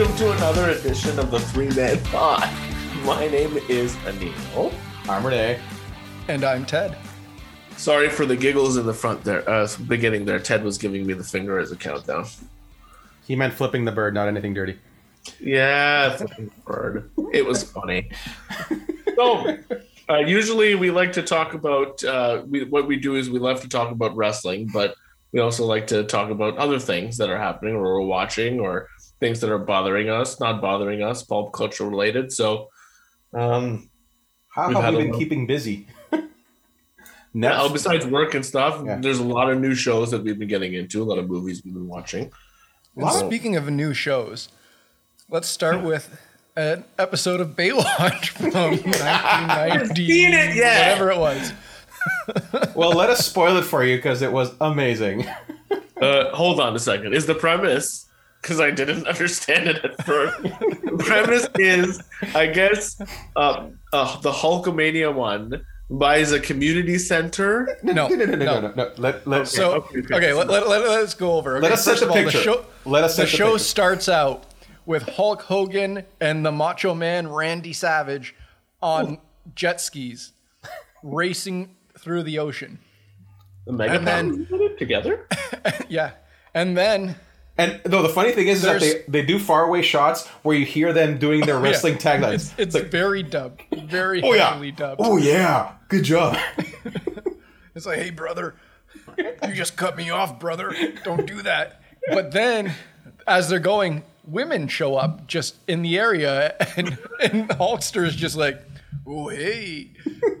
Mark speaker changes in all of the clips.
Speaker 1: another edition of the Three Man Pod. My name is Anil.
Speaker 2: I'm Renee.
Speaker 3: And I'm Ted.
Speaker 1: Sorry for the giggles in the front there, uh, beginning there. Ted was giving me the finger as a countdown.
Speaker 2: He meant flipping the bird, not anything dirty.
Speaker 1: Yeah, fucking bird. It was funny. So, uh, usually we like to talk about uh, we, what we do is we love to talk about wrestling, but we also like to talk about other things that are happening or we're watching or things that are bothering us, not bothering us, pop culture related. So, um,
Speaker 2: How
Speaker 1: We've
Speaker 2: have
Speaker 1: had
Speaker 2: we
Speaker 1: a
Speaker 2: been
Speaker 1: lot.
Speaker 2: keeping busy?
Speaker 1: yeah,
Speaker 2: Netflix,
Speaker 1: besides work and stuff,
Speaker 2: Yeah.
Speaker 1: there's a lot of new shows that we've been getting into, a lot of movies we've been watching.
Speaker 3: And speaking of new shows, let's start with an episode of Baywatch from 1990.
Speaker 1: seen it yet.
Speaker 3: Whatever it was.
Speaker 2: well, let us spoil it for you because it was amazing.
Speaker 1: Uh, hold on a second. Is the premise because I didn't understand it at first. the premise is, I guess, uh, uh, the Hulkamania one buys a community center.
Speaker 3: No,
Speaker 2: no, no, no, no,
Speaker 3: no.
Speaker 2: no, no. Let, let,
Speaker 3: So
Speaker 1: okay,
Speaker 3: okay,
Speaker 1: okay.
Speaker 3: let, let, let, us go over.
Speaker 2: Let
Speaker 3: Okay,
Speaker 2: us set
Speaker 3: first
Speaker 2: the
Speaker 3: of all,
Speaker 2: picture.
Speaker 3: The show,
Speaker 2: Let us set
Speaker 3: the
Speaker 2: the
Speaker 3: show
Speaker 2: picture.
Speaker 3: starts out with Hulk Hogan and the Macho Man Randy Savage on jet skis racing through the ocean.
Speaker 1: The Mega
Speaker 3: And then-
Speaker 1: Powers together.
Speaker 3: Yeah, and then
Speaker 2: and no, the funny thing is, is that they,
Speaker 3: There's- Oh,
Speaker 2: they do faraway shots where you hear them doing their wrestling taglines.
Speaker 3: It's, it's
Speaker 2: like,
Speaker 3: very dubbed, very
Speaker 2: oh yeah,
Speaker 3: heavily dubbed.
Speaker 2: oh yeah, good job.
Speaker 3: It's like, hey, brother, you just cut me off, brother. Don't do that. But then, as they're going, women show up just in the area, and, and Hulkster is just like, oh, hey,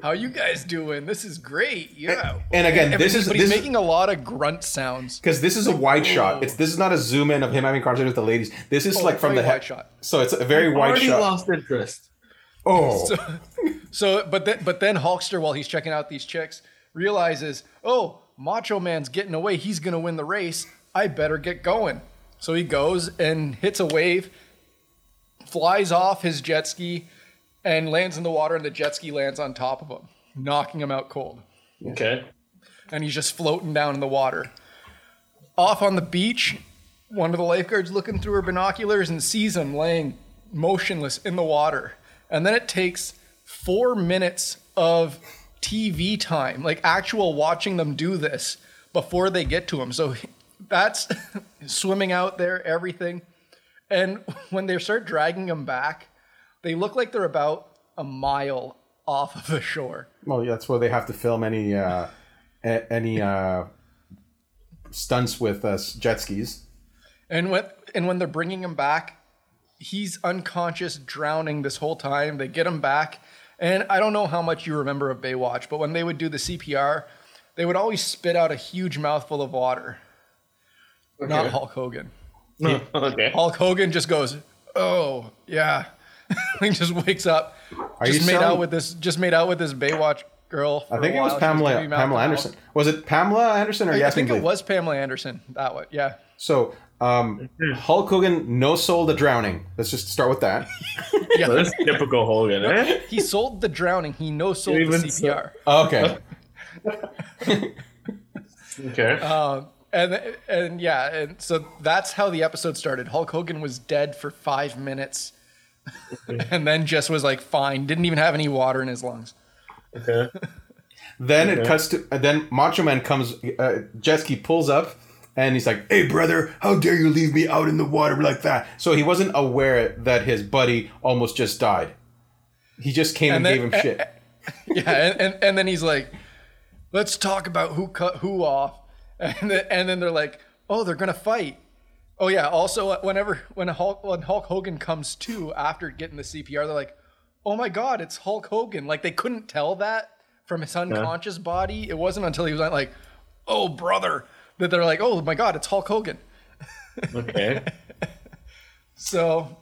Speaker 3: how you guys doing? This is great. Yeah.
Speaker 2: And again,
Speaker 3: And-
Speaker 2: this is
Speaker 3: but he's
Speaker 2: this is-
Speaker 3: making a lot of grunt sounds.
Speaker 2: because this is a wide shot. It's this is not a zoom in of him having conversation with the ladies. This is
Speaker 3: Oh,
Speaker 2: like from
Speaker 3: very
Speaker 2: the he-
Speaker 3: wide shot.
Speaker 2: So it's a very wide
Speaker 1: Already
Speaker 2: shot.
Speaker 1: lost interest.
Speaker 2: Oh,
Speaker 3: So, but then, but then Hulkster, while he's checking out these chicks, realizes, oh, Macho Man's getting away. He's gonna win the race. I better get going. So he goes and hits a wave, flies off his jet ski, and lands in the water. And the jet ski lands on top of him, knocking him out cold.
Speaker 1: Okay.
Speaker 3: And he's just floating down in the water. Off on the beach, one of the lifeguards looking through her binoculars and sees him laying motionless in the water. And then it takes four minutes of TV time, like actual watching them do this before they get to him. So that's swimming out there, everything. And when they start dragging him back, they look like they're about a mile off of the shore.
Speaker 2: Well, yeah, that's where they have to film any uh, a- any uh, stunts with uh, jet skis.
Speaker 3: And when and when they're bringing him back, he's unconscious, drowning this whole time. They get him back, and I don't know how much you remember of Baywatch, but when they would do the CPR, they would always spit out a huge mouthful of water. Not Hulk Hogan.
Speaker 1: Okay.
Speaker 3: Hulk Hogan just goes, "Oh yeah," he just wakes up,
Speaker 2: Are
Speaker 3: just
Speaker 2: you
Speaker 3: made
Speaker 2: selling-
Speaker 3: out with this, just made out with this Baywatch girl.
Speaker 2: I think it was Pamela Pamela Anderson. Was it Pamela Anderson or
Speaker 3: I, I
Speaker 2: Yasmin
Speaker 3: think it
Speaker 2: Bleeth?
Speaker 3: was Pamela Anderson. That one, yeah.
Speaker 2: So um, Hulk Hogan, no soul to drowning. Let's just start with that.
Speaker 1: So that's typical Hogan. Eh?
Speaker 3: He sold the drowning. He no sold the
Speaker 1: Even so-
Speaker 3: CPR.
Speaker 2: Okay.
Speaker 1: Okay.
Speaker 3: Uh. Um, and and yeah, and so that's how the episode started. Hulk Hogan was dead for five minutes, and then just was like fine. Didn't even have any water in his lungs.
Speaker 1: okay.
Speaker 2: Then it cuts to and then Macho Man comes. Uh, jet ski pulls up and he's like, "Hey brother, how dare you leave me out in the water like that?" So he wasn't aware that his buddy almost just died. He just came and,
Speaker 3: And then-
Speaker 2: gave him shit.
Speaker 3: Yeah, and, and and then he's like, "Let's talk about who cut who off," and then, and then they're like, "Oh, they're gonna fight." Oh yeah. Also, uh, whenever when Hulk when Hulk Hogan comes to after getting the CPR, they're like, "Oh my God, it's Hulk Hogan!" Like they couldn't tell that from his unconscious body. It wasn't until he was like, "Oh brother," that they're like, "Oh my God, it's Hulk Hogan."
Speaker 1: Okay.
Speaker 3: So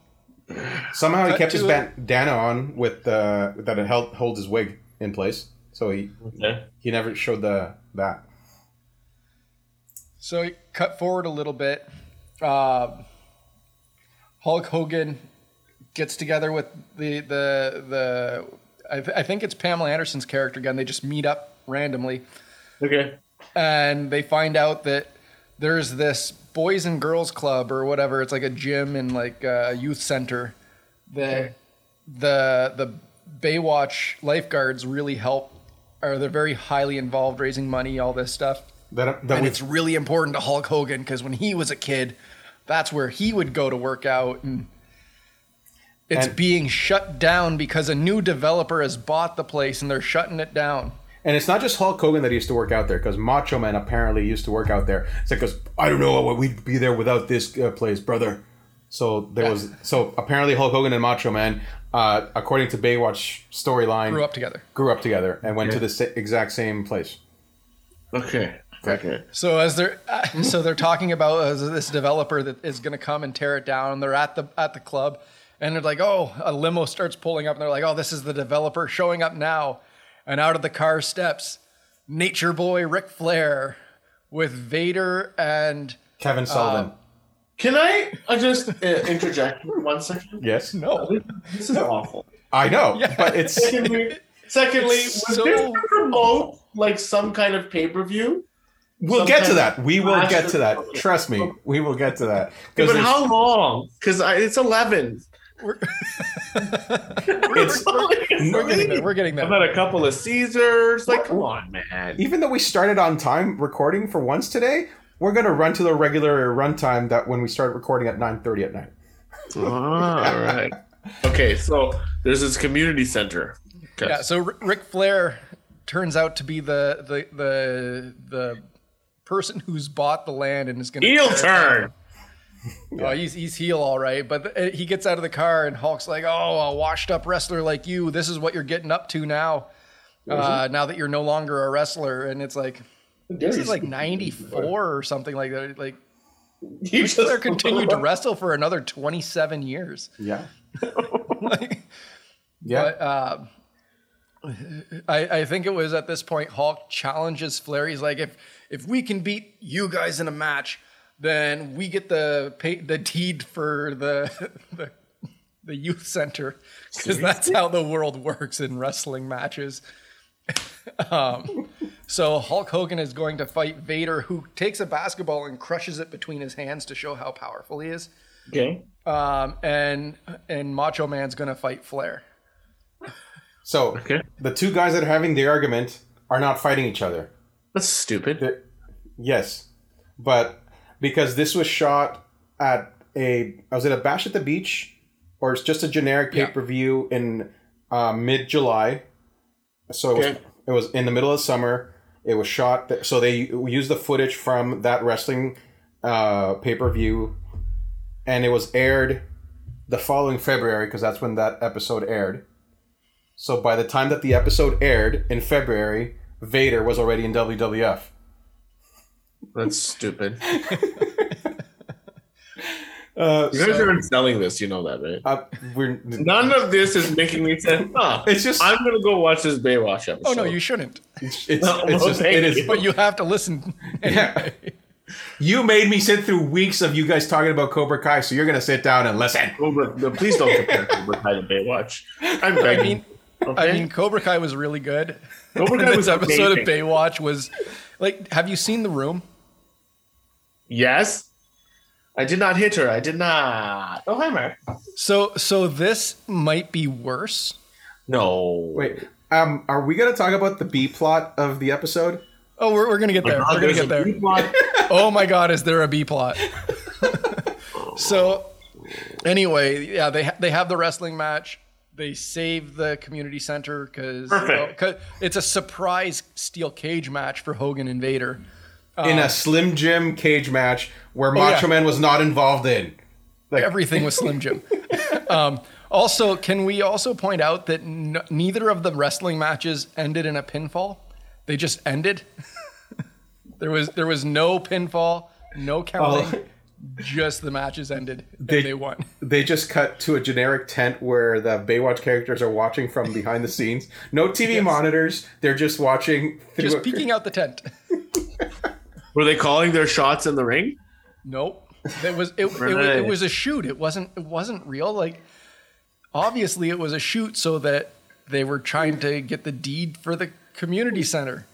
Speaker 2: Somehow he kept his
Speaker 3: uh, to a-
Speaker 2: bandana on with uh, that it held holds his wig in place, so he
Speaker 1: Okay.
Speaker 2: he never showed the that.
Speaker 3: So you cut forward a little bit. Um Hulk Hogan gets together with the the the. I, th- I think it's Pamela Anderson's character again. They just meet up randomly,
Speaker 1: Okay.
Speaker 3: and they find out that there's this boys and girls club or whatever. It's like a gym and like a youth center that the the Baywatch lifeguards really help. Or they're very highly involved, raising money, all this stuff.
Speaker 2: That, that
Speaker 3: And
Speaker 2: we-
Speaker 3: it's really important to Hulk Hogan because when he was a kid, that's where he would go to work out. And it's
Speaker 2: And-
Speaker 3: being shut down because a new developer has bought the place and they're shutting it down.
Speaker 2: And it's not just Hulk Hogan that used to work out there, because Macho Man apparently used to work out there. It's like, because I don't know what we'd be there without this uh, place, brother. So there was. So apparently Hulk Hogan and Macho Man, uh, according to Baywatch storyline,
Speaker 3: Grew up together.
Speaker 2: grew up together and went to the sa- exact same place.
Speaker 1: Okay. Okay.
Speaker 3: So as they're uh, so they're talking about uh, this developer that is going to come and tear it down. And they're at the at the club, and they're like, oh, a limo starts pulling up, and they're like, oh, this is the developer showing up now. And out of the car steps Nature Boy Ric Flair with Vader and
Speaker 2: Kevin
Speaker 3: Uh,
Speaker 2: Sullivan.
Speaker 1: Can I uh, just uh, interject for one second?
Speaker 2: yes.
Speaker 3: no,
Speaker 1: This is awful.
Speaker 2: I know, but it's
Speaker 1: Secondly, secondly was
Speaker 3: so-
Speaker 1: this to promote like some kind of pay per view?
Speaker 2: we'll get to that. We will
Speaker 1: Sometimes-
Speaker 2: get to that. Trust me, we will get to that. 'Cause
Speaker 1: But
Speaker 2: there's-
Speaker 1: how long? Because it's eleven.
Speaker 3: we're,
Speaker 2: It's-
Speaker 3: we're getting there. We're getting
Speaker 1: I've
Speaker 3: there.
Speaker 1: had a couple of Caesars. Like, come on, man.
Speaker 2: even though we started on time recording for once today, we're gonna run to the regular runtime that when we start recording at nine thirty at night.
Speaker 1: all right. Okay, so there's this community center. Okay.
Speaker 3: Yeah. So R- Ric Flair turns out to be the the the the person who's bought the land and is going to
Speaker 1: Heel turn.
Speaker 3: Oh, he's he's heel all right, but th- he gets out of the car and Hulk's like, "Oh, a washed-up wrestler like you, this is what you're getting up to now. Uh, now that you're no longer a wrestler." And it's like this is like '94 or something like that. Like
Speaker 1: you just
Speaker 3: Flair continued to wrestle for another 27 years.
Speaker 2: Yeah.
Speaker 3: Like,
Speaker 2: Yeah.
Speaker 3: But uh, I, I think it was at this point Hulk challenges Flair. He's like, if if we can beat you guys in a match, then we get the pay, the deed for the the, the youth center because that's how the world works in wrestling matches. um, so Hulk Hogan is going to fight Vader, who takes a basketball and crushes it between his hands to show how powerful he is.
Speaker 1: okay.
Speaker 3: Um, and and Macho Man's going to fight Flair.
Speaker 2: so
Speaker 1: Okay.
Speaker 2: the two guys that are having the argument are not fighting each other.
Speaker 1: That's stupid.
Speaker 2: They're- yes, but because this was shot at a was it a bash at the beach or it's just a generic pay
Speaker 3: Yeah.
Speaker 2: per view in uh, mid July, so it was,
Speaker 1: Okay.
Speaker 2: it was in the middle of summer. It was shot th- so they used the footage from that wrestling uh, pay per view, and it was aired the following February because that's when that episode aired. So by the time that the episode aired in February, Vader was already in WWF.
Speaker 1: That's stupid.
Speaker 2: Uh,
Speaker 1: You guys aren't selling this. You know that, right?
Speaker 2: uh, we're,
Speaker 1: None of this is making me say, huh,
Speaker 2: It's just-
Speaker 1: I'm going to go watch this Baywatch episode.
Speaker 3: Oh no, you shouldn't.
Speaker 2: it's, it's,
Speaker 1: No,
Speaker 2: it's
Speaker 1: well,
Speaker 2: just,
Speaker 1: thank
Speaker 2: it is.
Speaker 1: you.
Speaker 3: But you have to listen.
Speaker 2: Yeah. You made me sit through weeks of you guys talking about Cobra Kai, so you're gonna sit down and listen.
Speaker 1: Oh, but, but please don't compare Cobra Kai to Baywatch. I'm begging.
Speaker 3: I mean,
Speaker 1: okay?
Speaker 3: I mean, Cobra Kai was really good.
Speaker 1: Cobra Kai
Speaker 3: this
Speaker 1: was
Speaker 3: episode
Speaker 1: amazing.
Speaker 3: of Baywatch was like, have you seen The Room?
Speaker 1: yes. I did not hit her. I did not. Oh, hi, Mark.
Speaker 3: So, so this might be worse.
Speaker 1: No.
Speaker 2: Wait, um, are we gonna talk about the B plot of the episode?
Speaker 3: Oh, we're, we're gonna get there.
Speaker 1: God,
Speaker 3: we're gonna
Speaker 1: there's
Speaker 3: get
Speaker 1: a
Speaker 3: there.
Speaker 1: deep lot-
Speaker 3: Oh my God, is there a B plot? so, anyway, yeah, they ha- they have the wrestling match. They save the community center because
Speaker 1: Perfect.
Speaker 3: it's a surprise steel cage match for Hogan and Vader.
Speaker 2: in a Slim Jim cage match where Macho
Speaker 3: Uh, Oh, yeah.
Speaker 2: Man was not involved in.
Speaker 3: everything was Slim Jim. um, also, can we also point out that n- neither of the wrestling matches ended in a pinfall? They just ended. there was there was no pinfall, no counting. Just the matches ended. and
Speaker 2: Oh. They-
Speaker 3: they won.
Speaker 2: They just cut to a generic tent where the Baywatch characters are watching from behind the scenes. No TV monitors. They're just watching. Through
Speaker 3: Just peeking out the tent.
Speaker 1: Were they calling their shots in the ring?
Speaker 3: Nope. It was it, it, was-
Speaker 1: Right.
Speaker 3: it was a shoot. It wasn't it wasn't real. Like obviously it was a shoot so that they were trying to get the deed for the community center.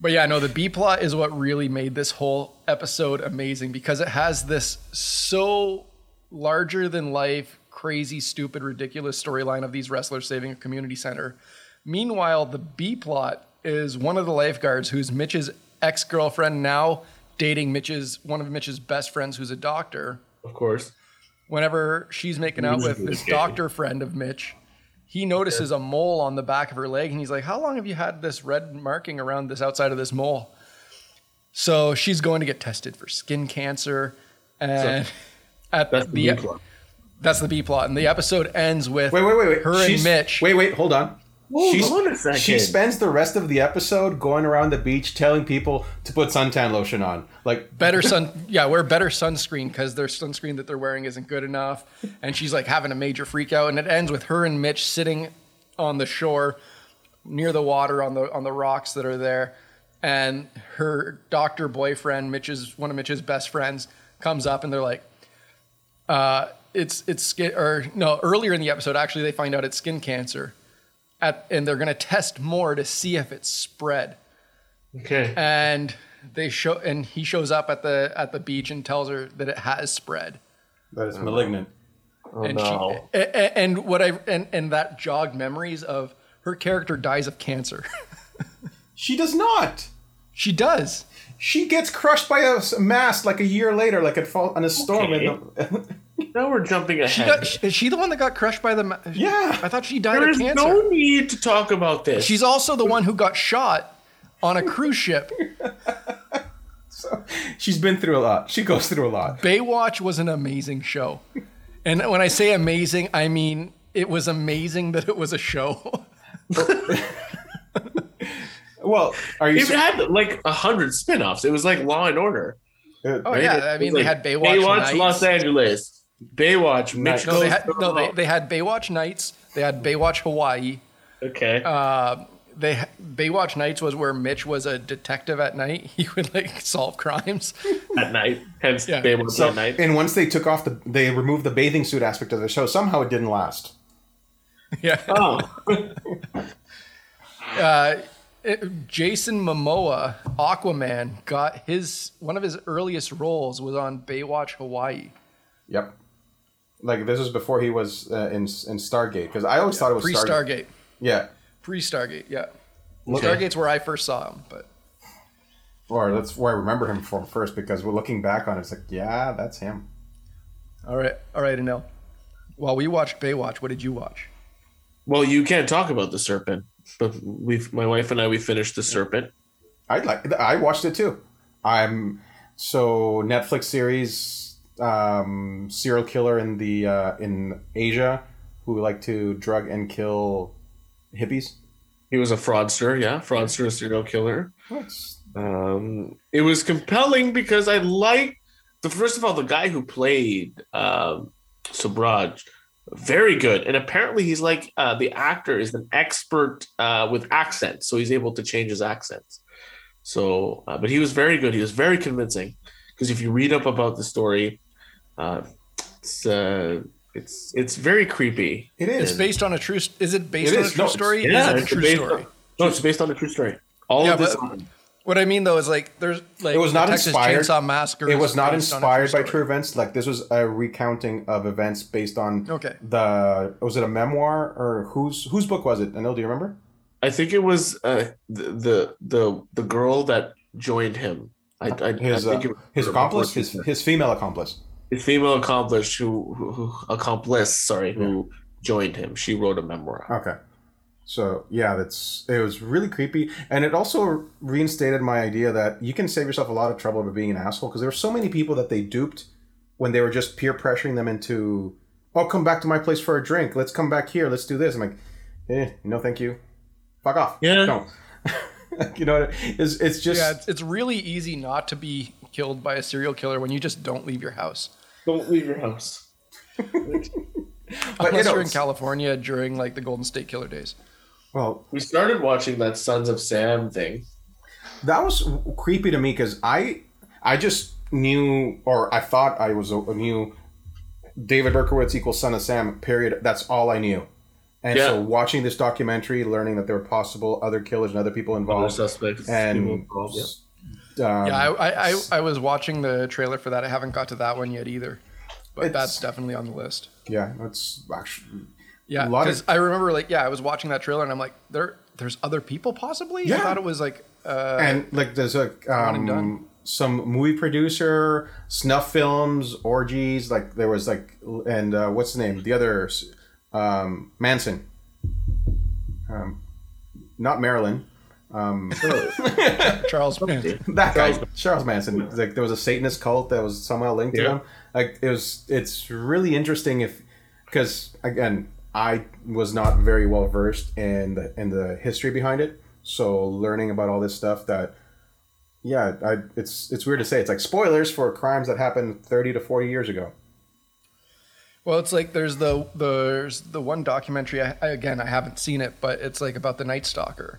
Speaker 3: But yeah, no, the B plot is what really made this whole episode amazing because it has this so larger than life, crazy, stupid, ridiculous storyline of these wrestlers saving a community center. Meanwhile, the B plot is one of the lifeguards who's Mitch's ex girlfriend, now dating Mitch's one of Mitch's best friends who's a doctor.
Speaker 1: Of course.
Speaker 3: Whenever she's making out with this doctor friend of Mitch, he notices a mole on the back of her leg and he's like, How long have you had this red marking around this outside of this mole? So she's going to get tested for skin cancer. And at
Speaker 1: That's the
Speaker 3: the,
Speaker 1: B plot.
Speaker 3: that's the B plot. And the episode ends with
Speaker 2: Wait, wait, wait, wait.
Speaker 3: her
Speaker 2: She's-
Speaker 3: and Mitch.
Speaker 2: Wait, wait, hold on.
Speaker 1: Hold
Speaker 2: She's-
Speaker 1: on a second.
Speaker 2: She spends the rest of the episode going around the beach telling people to put suntan lotion on. Like,
Speaker 3: better sun yeah wear better sunscreen because their sunscreen that they're wearing isn't good enough and she's like having a major freak out and it ends with her and mitch sitting on the shore near the water on the on the rocks that are there and her doctor boyfriend mitch's one of mitch's best friends comes up and they're like uh it's it's skin or no earlier in the episode actually they find out it's skin cancer at, and they're going to test more to see if it's spread
Speaker 1: Okay.
Speaker 3: and they show and he shows up at the at the beach and tells her that it has spread
Speaker 2: that is malignant.
Speaker 1: Oh,
Speaker 3: and
Speaker 1: no.
Speaker 3: she a- a- and what i and and that jogged memories of her character dies of cancer
Speaker 2: She does not.
Speaker 3: she does
Speaker 2: She gets crushed by a s- mast like a year later, like it fall on a storm. in the-
Speaker 1: now we're jumping
Speaker 3: she
Speaker 1: ahead.
Speaker 3: got, is she the one that got crushed by the ma-
Speaker 2: Yeah.
Speaker 3: i thought she died
Speaker 1: there
Speaker 3: of
Speaker 1: is
Speaker 3: cancer
Speaker 1: no need to talk about this.
Speaker 3: she's also the one who got shot on a cruise ship
Speaker 2: so, she's been through a lot. She goes through a lot.
Speaker 3: Baywatch was an amazing show. And when I say amazing, I mean it was amazing that it was a show.
Speaker 2: Well, are you?
Speaker 1: it had like a hundred spin-offs. It was like Law and Order.
Speaker 2: uh,
Speaker 3: Oh
Speaker 1: It
Speaker 3: yeah, I
Speaker 1: was
Speaker 3: mean they
Speaker 1: like
Speaker 3: had Baywatch, Nights.
Speaker 1: Los Angeles. Baywatch, Mitch
Speaker 3: No,
Speaker 1: goes
Speaker 3: they had,
Speaker 1: to
Speaker 3: no they,
Speaker 1: Law.
Speaker 3: they had Baywatch Nights. They had Baywatch Hawaii.
Speaker 1: Okay.
Speaker 3: uh, They Baywatch Nights was where Mitch was a detective at night. He would like solve crimes.
Speaker 1: at night. Hence
Speaker 3: yeah.
Speaker 1: Baywatch
Speaker 2: so,
Speaker 1: at night.
Speaker 2: and once they took off the, they removed the bathing suit aspect of the show. Somehow it didn't last.
Speaker 3: Yeah.
Speaker 1: oh.
Speaker 3: It- Jason Momoa, Aquaman, got his one of his earliest roles was on Baywatch Hawaii.
Speaker 2: Yep. Like this was before he was uh, in in Stargate because I always thought it was
Speaker 3: Pre
Speaker 2: Oh, Stargate.
Speaker 3: Stargate.
Speaker 2: Yeah.
Speaker 3: Pre Stargate, yeah.
Speaker 2: Okay.
Speaker 3: Stargate's where I first saw him, but
Speaker 2: Or that's where I remember him from first because we're looking back on it, it's like, yeah, that's him.
Speaker 3: all right, all right, Anil. While we watched Baywatch, what did you watch?
Speaker 1: Well, you can't talk about the serpent. But we, my wife and I, we finished the serpent.
Speaker 2: I like. I watched it too. I'm so Netflix series um, serial killer in the uh, in Asia who like to drug and kill hippies.
Speaker 1: He was a fraudster, yeah, fraudster, serial killer.
Speaker 2: That's-
Speaker 1: Um, it was compelling because I like the first of all the guy who played um, Subraj, very good, and apparently he's like uh, the actor is an expert uh, with accents, so he's able to change his accents. So, uh, but he was very good. He was very convincing because if you read up about the story, uh, it's uh, it's it's very creepy.
Speaker 2: It
Speaker 3: It's
Speaker 2: is.
Speaker 3: based on a true. s- Is it based
Speaker 2: It
Speaker 3: on a
Speaker 2: is.
Speaker 3: true
Speaker 2: No, it's-
Speaker 3: story?
Speaker 1: yeah,
Speaker 3: is it a
Speaker 1: it's
Speaker 3: true
Speaker 1: based
Speaker 3: story?
Speaker 1: No, it's based on a true story. All
Speaker 3: Yeah,
Speaker 1: of this.
Speaker 3: but- What I mean though is like there's like
Speaker 2: It was not
Speaker 3: the Texas
Speaker 2: inspired-
Speaker 3: Chainsaw Massacre.
Speaker 2: it
Speaker 3: is
Speaker 2: was not
Speaker 3: based on a
Speaker 2: inspired by true
Speaker 3: story.
Speaker 2: events. Like this was a recounting of events based on
Speaker 3: Okay.
Speaker 2: the was it a memoir or whose whose book was it? Anil, do you remember?
Speaker 1: I think it was uh, the, the the the girl that joined him. I, I,
Speaker 2: His
Speaker 1: I
Speaker 2: uh,
Speaker 1: think it was
Speaker 2: his
Speaker 1: her
Speaker 2: accomplice,
Speaker 1: before she-
Speaker 2: his, his female accomplice.
Speaker 1: his female accomplice who, who, who accomplice sorry who joined him. She wrote a memoir.
Speaker 2: Okay. So yeah, that's it was really creepy, and it also reinstated my idea that you can save yourself a lot of trouble by being an asshole because there were so many people that they duped when they were just peer pressuring them into, oh, come back to my place for a drink. Let's come back here. Let's do this. I'm like, eh, no, thank you. Fuck off.
Speaker 1: Yeah.
Speaker 2: No. you know what? I- It's it's just
Speaker 3: Yeah, it's, it's really easy not to be killed by a serial killer when you just don't leave your house,
Speaker 1: Don't leave your house.
Speaker 2: but, you
Speaker 3: unless
Speaker 2: know,
Speaker 3: you're in
Speaker 2: it's-
Speaker 3: California during like the Golden State Killer days.
Speaker 2: Well,
Speaker 1: We started watching that Sons of Sam thing.
Speaker 2: that was w- creepy to me because I I just knew or I thought I was a, knew David Berkowitz equals Son of Sam. Period. That's all I knew. And
Speaker 1: Yeah.
Speaker 2: so watching this documentary, learning that there were possible other killers and other people
Speaker 1: Other
Speaker 2: involved,
Speaker 1: suspects. uh, people
Speaker 2: and
Speaker 1: involved, yeah.
Speaker 2: um,
Speaker 3: Yeah, I, I, I, I was watching the trailer for that. I haven't got to that one yet either, but
Speaker 2: It's-
Speaker 3: that's definitely on the list.
Speaker 2: yeah, that's actually
Speaker 3: Yeah,
Speaker 2: A lot of-
Speaker 3: because I remember like yeah, I was watching that trailer and I'm like, there, there's other people possibly. I
Speaker 2: Yeah.
Speaker 3: thought it was like, uh,
Speaker 2: and like there's like
Speaker 3: and
Speaker 2: um,
Speaker 3: done.
Speaker 2: some movie producer, snuff films, orgies. Like there was like and uh, what's the name? The other s- um, Manson, um, not Marilyn. Um,
Speaker 3: Charles Manson.
Speaker 2: that guy, Charles Manson. Like there was a Satanist cult that was somehow linked to
Speaker 1: Yeah.
Speaker 2: him. Like it was. It's really interesting if because again, I was not very well versed in the in the history behind it. So learning about all this stuff that. Yeah, I, it's it's weird to say. It's like spoilers for crimes that happened thirty to forty years ago.
Speaker 3: Well, it's like there's the there's the one documentary. I, I, again, I haven't seen it, but it's like about the Night Stalker,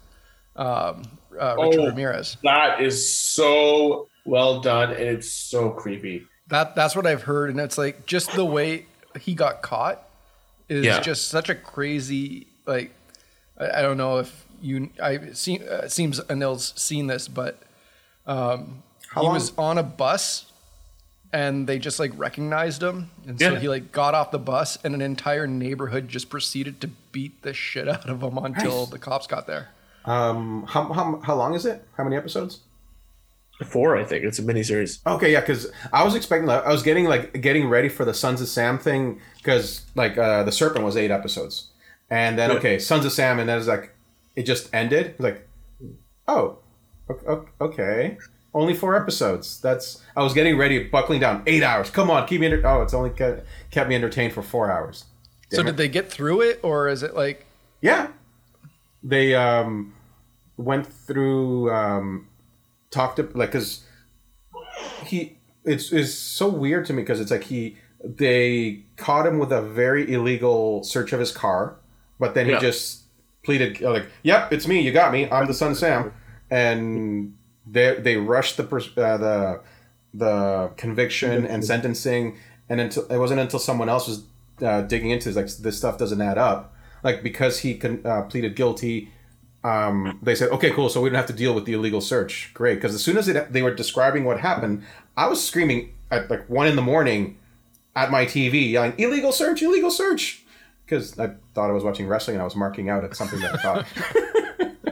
Speaker 3: um, uh, Richard
Speaker 1: Oh.
Speaker 3: Ramirez.
Speaker 1: That is so well done, and it's so creepy.
Speaker 3: That that's what I've heard, and it's like just the way he got caught is
Speaker 1: Yeah.
Speaker 3: just such a crazy like. I, I don't know if you I see. Uh, it seems Anil's seen this, but
Speaker 2: How
Speaker 3: he
Speaker 2: long?
Speaker 3: was on a bus and they just like recognized him and so
Speaker 1: Yeah.
Speaker 3: he like got off the bus and an entire neighborhood just proceeded to beat the shit out of him until the cops got there
Speaker 2: um, how, how, how long is it? How many episodes?
Speaker 1: Four, I think it's a miniseries.
Speaker 2: Okay, yeah, because I was expecting, I was getting like getting ready for the Sons of Sam thing because like uh, the Serpent was eight episodes, and then
Speaker 1: Yeah.
Speaker 2: okay, Sons of Sam, and then it's like it just ended. Like, oh, o- o- okay, only four episodes. That's I was getting ready, buckling down. Eight hours. Come on, keep me. Enter- oh, it's only kept, kept me entertained for four hours.
Speaker 3: so
Speaker 2: Damn it.
Speaker 3: did they get through it or is it like
Speaker 2: Yeah. They um, went through um, talked to like because he it's is so weird to me because it's like he they caught him with a very illegal search of his car, but then he
Speaker 1: Yeah.
Speaker 2: just pleaded like, "Yep, it's me. You got me. I'm the son of Sam," and they they rushed the pers- uh, the the conviction and sentencing, and until it wasn't until someone else was uh, digging into this, like this stuff doesn't add up, like because he con- uh, pleaded guilty. Um, they said, okay, cool. So we don't have to deal with the illegal search. Great, because as soon as it, they were describing what happened, I was screaming at like one in the morning at my TV, yelling, "Illegal search! Illegal search!" Because I thought I was watching wrestling and I was marking out at something that I thought.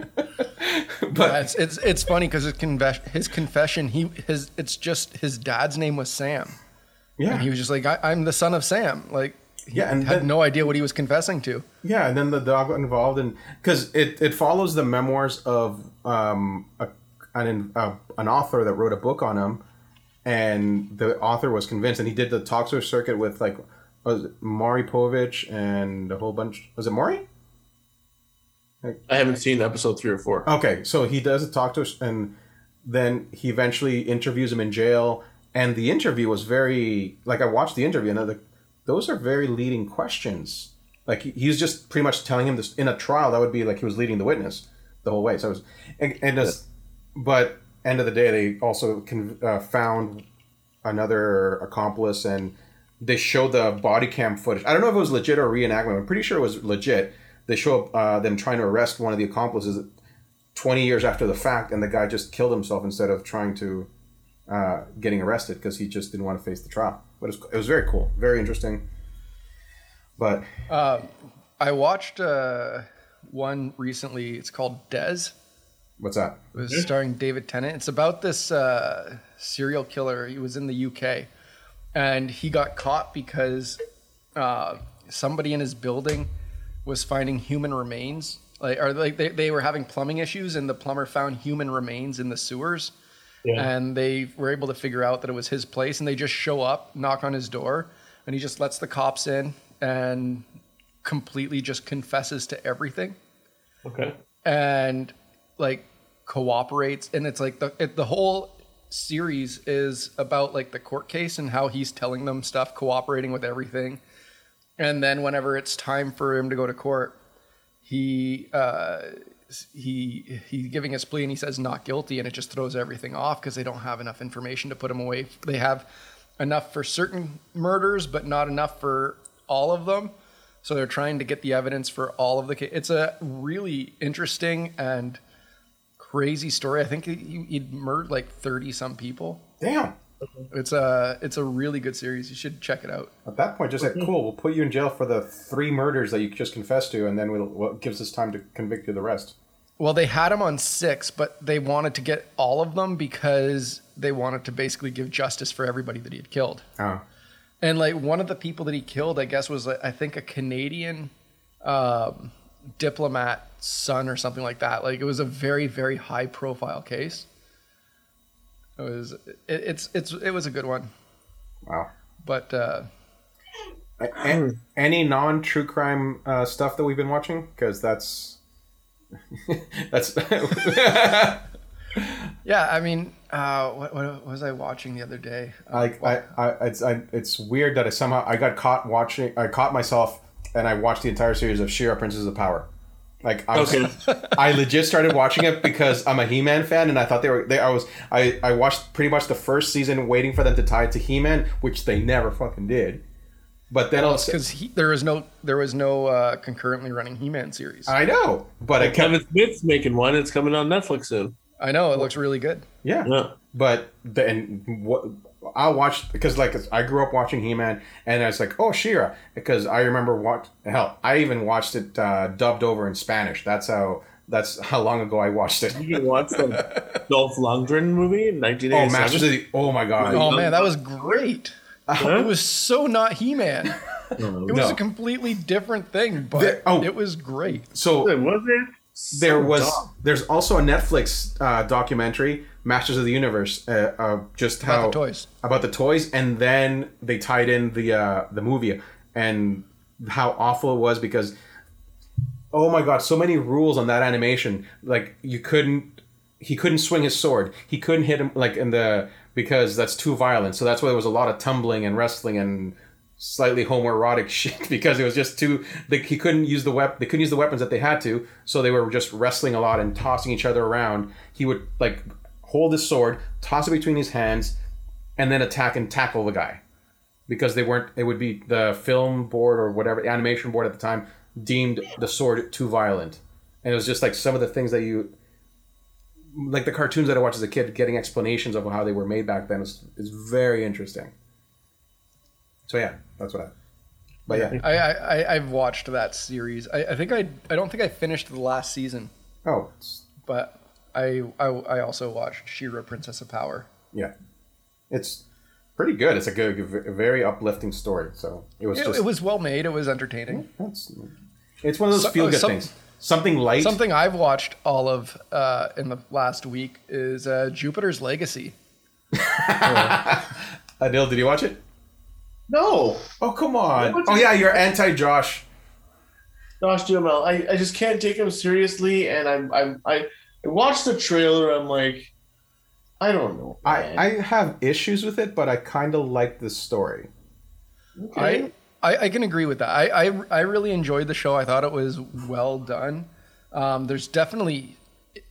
Speaker 2: but
Speaker 3: it's it's, it's funny because his, confes- his confession he his it's just his dad's name was sam and
Speaker 2: yeah,
Speaker 3: he was just like I, i'm the son of sam like he
Speaker 2: Yeah, and
Speaker 3: had
Speaker 2: then-
Speaker 3: no idea what he was confessing to
Speaker 2: Yeah, and then the dog got involved, and because it, it follows the memoirs of um, a, an in- uh, an author that wrote a book on him, and the author was convinced, and he did the talk show circuit with like was it Maury Povich and a whole bunch. Was it Maury?
Speaker 1: I haven't seen episode three or four.
Speaker 2: Okay, so he does a talk to us, and then he eventually interviews him in jail. And the interview was very like I watched the interview, and I was like, those are very leading questions. Like he, he's just pretty much telling him this in a trial. That would be like he was leading the witness the whole way. So it was, and, and as- but end of the day, they also con- uh, found another accomplice, and they show the body cam footage. I don't know if it was legit or reenactment. I'm pretty sure it was legit. They show uh, them trying to arrest one of the accomplices 20 years after the fact and the guy just killed himself instead of trying to uh, getting arrested because he just didn't want to face the trial but it was, it was very cool very interesting but
Speaker 3: i watched uh one recently it's called des
Speaker 2: what's that
Speaker 3: It was starring David Tennant. It's about this uh, serial killer. He was in the UK, and he got caught because uh, somebody in his building was finding human remains. Like, or like they, they were having plumbing issues, and the plumber found human remains in the sewers.
Speaker 1: Yeah.
Speaker 3: And they were able to figure out that it was his place, and they just show up, knock on his door, and he just lets the cops in and completely just confesses to everything
Speaker 2: Oh.
Speaker 1: Okay.
Speaker 3: and like cooperates and it's like the it, the whole series is about like the court case and how he's telling them stuff cooperating with everything and then whenever it's time for him to go to court he uh s- he he's giving his plea and he says not guilty and it just throws everything off because they don't have enough information to put him away they have enough for certain murders but not enough for all of them So they're trying to get the evidence for all of the. Ca- it's a really interesting and crazy story. I think he, he'd murdered like thirty some people.
Speaker 2: Damn.
Speaker 3: It's a it's a really good series. You should check it out.
Speaker 2: At that point, just like, cool, we'll put you in jail for the three murders that you just confessed to, and then we'll, what gives us time to convict you of the rest.
Speaker 3: Well, they had him on six, but they wanted to get all of them because they wanted to basically give justice for everybody that he had killed.
Speaker 2: Oh.
Speaker 3: And like one of the people that he killed, I guess, was like, I think a Canadian um, diplomat son or something like that. Like it was a very very high profile case. It was it, it's it's it was a good one,
Speaker 2: Wow.
Speaker 3: but uh,
Speaker 2: A- an- any non true crime uh, stuff that we've been watching? Because that's. that's.
Speaker 3: yeah, I mean, uh, what, what was I watching the other day?
Speaker 2: I, I, I, it's, I, it's weird that I somehow I got caught watching. I caught myself, and I watched the entire series of Shira Princess of Power. Like I, was, I legit started watching it because I'm a He-Man fan, and I thought they were. They, I was. I, I watched pretty much the first season, waiting for them to tie it to He-Man, which they never fucking did. But then also,
Speaker 3: Because there was no there was no uh, concurrently running He-Man series. I,
Speaker 2: I know, but I kept.
Speaker 1: Kevin Smith's making one. It's coming on Netflix soon.
Speaker 3: know it looks really good.
Speaker 2: Yeah,
Speaker 1: Yeah.
Speaker 2: but then what I watched because like I grew up watching He Man, and I was like, oh Shira, because I remember what hell I even watched it uh, dubbed over in Spanish. That's how that's how long ago I watched it.
Speaker 1: You can watch the Dolph Lundgren movie in
Speaker 2: Oh, Masters
Speaker 1: 1987.
Speaker 2: of the oh my god,
Speaker 3: Oh
Speaker 1: Yeah.
Speaker 3: man, that was great. It was so not He-Man. It was
Speaker 2: No.
Speaker 3: a completely different thing, but
Speaker 2: There- oh.
Speaker 3: it was great.
Speaker 2: so
Speaker 1: was it? So
Speaker 2: there was
Speaker 1: dumb.
Speaker 2: there's also a Netflix uh, documentary Masters of the Universe uh, of just how
Speaker 3: About the toys.
Speaker 2: about the toys, and then they tied in the uh, the movie and how awful it was because oh my god, so many rules on that animation. Like you couldn't he couldn't swing his sword. He couldn't hit him like in the because that's too violent. So that's why there was a lot of tumbling and wrestling and slightly homoerotic shit because it was just too like he couldn't use the wep they couldn't use the weapons that they had to so they were just wrestling a lot and tossing each other around he would like hold his sword toss it between his hands and then attack and tackle the guy because they weren't it would be the film board or whatever animation board at the time deemed the sword too violent and it was just like some of the things that you like the cartoons that i watched as a kid getting explanations of how they were made back then is, is very interesting so yeah that's what i but yeah
Speaker 3: I, I, I I've watched that series. I, I think I I don't think I finished the last season,
Speaker 2: oh it's,
Speaker 3: but I I, I also watched She-Ra, Princess of Power.
Speaker 2: yeah it's pretty good it's a good a very uplifting story so it was
Speaker 3: It,
Speaker 2: just
Speaker 3: it was well made. It was entertaining.
Speaker 2: it's, it's one of those
Speaker 3: So- uh,
Speaker 2: feel good
Speaker 3: some-
Speaker 2: things something light
Speaker 3: Something I've watched all of uh, in the last week is uh, Jupiter's Legacy.
Speaker 2: adil did you watch it
Speaker 1: No,
Speaker 2: Oh come on!
Speaker 1: What?
Speaker 2: Oh yeah, you're anti Josh.
Speaker 1: Josh Duhamel. I, I just can't take him seriously, and I'm I'm I, I watched the trailer. I'm like, I don't know.
Speaker 2: I,
Speaker 1: man.
Speaker 2: I have issues with it, but I kind of like this story.
Speaker 1: okay.
Speaker 3: I, I, I can agree with that. I, I, I really enjoyed the show. I thought it was well done. Um, there's definitely,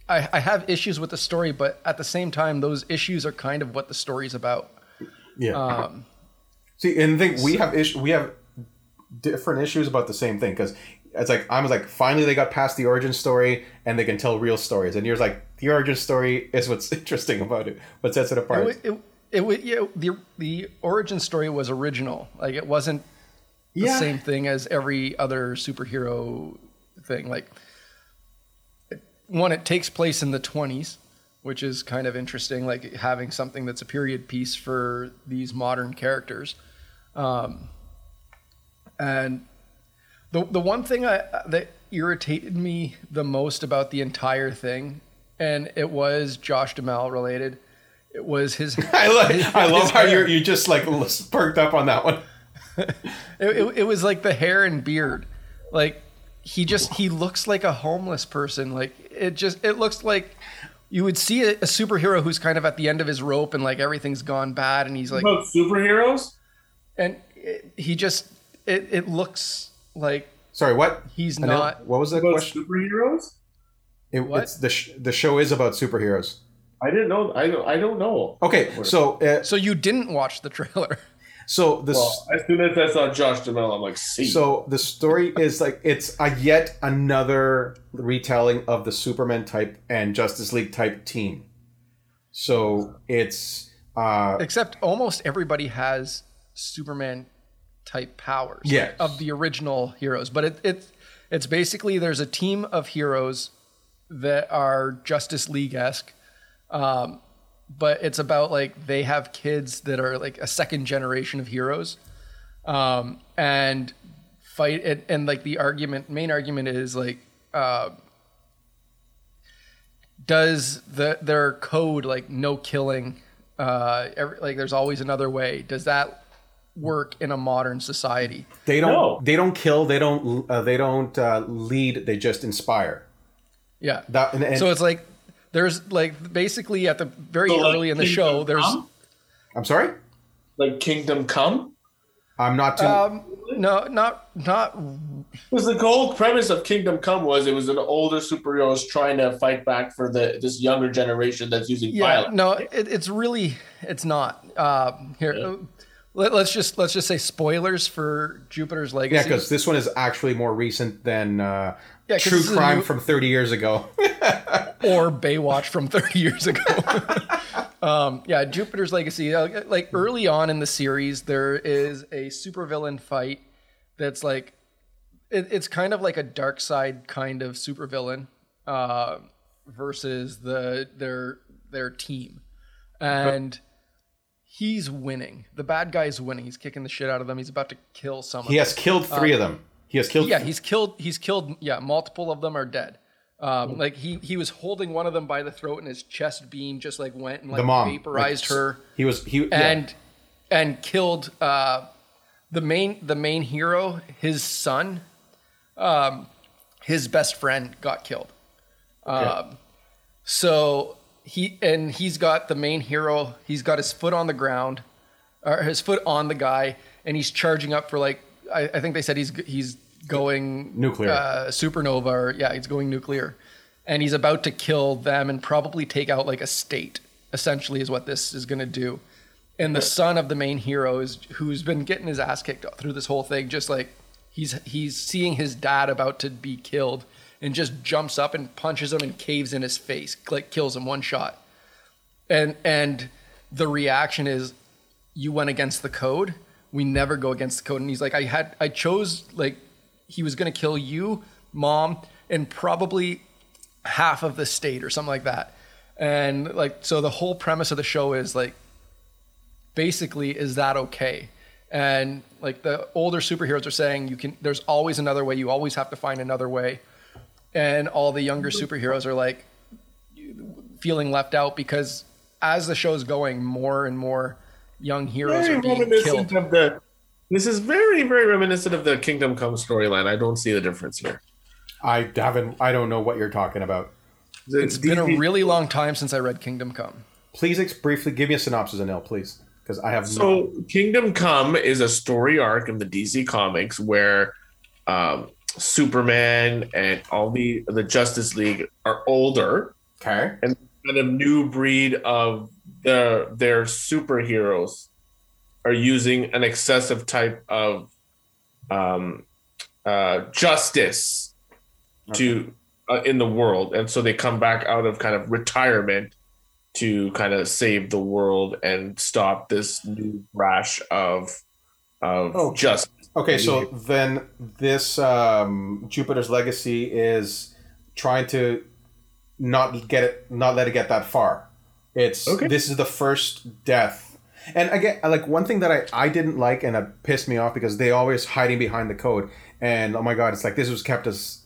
Speaker 3: I, I have issues with the story, but at the same time, those issues are kind of what the story's about.
Speaker 2: Yeah. See, and the thing we have issue we have different issues about the same thing because it's like I'm like finally they got past the origin story and they can tell real stories, and you're like the origin story is what's interesting about it, what sets it apart.
Speaker 3: It, it, it, wa- yeah, the, the origin story was original. Like it wasn't the
Speaker 2: yeah.
Speaker 3: same thing as every other superhero thing. Like it- one, it takes place in the twenties, which is kind of interesting. Like having something that's a period piece for these modern characters. Um, and the the one thing I, that irritated me the most about the entire thing, and it was Josh Duhamel related. It was his.
Speaker 2: I love I love
Speaker 3: His
Speaker 2: how you
Speaker 3: hair.
Speaker 2: you just like perked up on that one.
Speaker 3: It, it, it was like the hair and beard. Like he just he looks like a homeless person. Like it just it looks like you would see a, a superhero who's kind of at the end of his rope and like everything's gone bad and he's like
Speaker 1: About superheroes.
Speaker 3: and it, he just it it looks like
Speaker 2: Sorry, what?
Speaker 3: he's
Speaker 2: Anil,
Speaker 3: not
Speaker 2: What was the
Speaker 1: About
Speaker 2: question?
Speaker 1: superheroes.
Speaker 2: It,
Speaker 3: what?
Speaker 2: It's the sh- the show is about superheroes.
Speaker 1: I didn't know. I don't. I don't know.
Speaker 2: Okay, so uh,
Speaker 3: so you didn't watch the trailer.
Speaker 2: So the
Speaker 1: Well, as soon as I saw Josh Duhamel, I'm like, see.
Speaker 2: So the story is like it's a yet another retelling of the Superman type and Justice League type team. So it's uh
Speaker 3: Except almost everybody has Superman type powers
Speaker 2: Yes.
Speaker 3: of the original heroes. But it, it it's basically there's a team of heroes that are Justice League esque. Um, but it's about like they have kids that are like a second generation of heroes. Um, and fight and, and like the argument main argument is like uh, does the their code like no killing uh every, like there's always another way does that work in a modern society
Speaker 2: they don't
Speaker 1: No.
Speaker 2: they don't kill, they don't uh, they don't uh, lead, they just inspire.
Speaker 3: yeah
Speaker 2: That and, and
Speaker 3: so it's like there's like basically at the very
Speaker 1: So, like,
Speaker 3: early in the
Speaker 1: Kingdom
Speaker 3: show there's
Speaker 1: Come?
Speaker 2: I'm sorry?
Speaker 1: like Kingdom Come.
Speaker 2: I'm not too
Speaker 3: um no not not
Speaker 1: Because the whole premise of Kingdom Come was it was an older superheroes trying to fight back for the this younger generation that's using
Speaker 3: yeah
Speaker 1: violence.
Speaker 3: no it, it's really it's not uh here let, us just let's just say spoilers for jupiter's
Speaker 2: yeah,
Speaker 3: legacy
Speaker 2: because this one is actually more recent than uh,
Speaker 3: 'cause
Speaker 2: True
Speaker 3: this is a
Speaker 2: Crime
Speaker 3: new-
Speaker 2: from 30 years ago.
Speaker 3: or Baywatch from 30 years ago. um, yeah, Jupiter's Legacy. uh, Like early on in the series, there is a supervillain fight that's like, it, it's kind of like a dark side kind of supervillain uh, versus the their their team, and he's winning. The bad guy's winning. He's kicking the shit out of them. He's about to kill someone.
Speaker 2: He has killed 3 of them. He has killed
Speaker 3: Uh, Yeah, he's killed. He's killed. Yeah, multiple of them are dead.
Speaker 2: Oh.
Speaker 3: Um, like he he was holding one of them by the throat, and his chest beam just like went and like
Speaker 2: the mom.
Speaker 3: vaporized
Speaker 2: Like,
Speaker 3: her
Speaker 2: He was he yeah.
Speaker 3: and and killed uh, the main the main hero, his son, um, his best friend got killed. Um, so he and he's got the main hero. He's got his foot on the ground, or his foot on the guy, and he's charging up for like I, I think they said he's he's going
Speaker 2: Nuclear.
Speaker 3: uh, supernova. Or, yeah, he's going nuclear, and he's about to kill them and probably take out like a state. Essentially, is what this is going to do. And the son of the main hero is who's been getting his ass kicked through this whole thing, just like he's he's seeing his dad about to be killed and just jumps up and punches him and caves in his face like kills him one shot and and the reaction is you went against the code we never go against the code and he's like i had i chose like he was going to kill you mom and probably half of the state or something like that and like so the whole premise of the show is like basically is that okay and like the older superheroes are saying you can there's always another way you always have to find another way and all the younger superheroes are like feeling left out because as the show's going more and more young heroes
Speaker 1: Very
Speaker 3: are being
Speaker 1: reminiscent
Speaker 3: killed
Speaker 1: of the. This is very very reminiscent of the Kingdom Come storyline. I don't see the difference here.
Speaker 2: I haven't I don't know what you're talking about.
Speaker 3: it's been a really long time since i read kingdom come
Speaker 2: Please ex- briefly give me a synopsis, Anil, please, because I have no.
Speaker 1: So, Kingdom Come is a story arc in the DC Comics where um, Superman and all the the Justice League are older,
Speaker 2: Okay.
Speaker 1: kind of new breed of their their superheroes are using an excessive type of um, uh, justice to uh, in the world, and so they come back out of kind of retirement to kind of save the world and stop this new rash of of
Speaker 2: Oh.
Speaker 1: justice.
Speaker 2: Okay, so then this um, Jupiter's legacy is trying to not get it, not let it get that far. It's
Speaker 1: Okay.
Speaker 2: this is the first death, and again, like one thing that I I didn't like and it pissed me off because they always hiding behind the code, and oh my god, it's like this was kept as.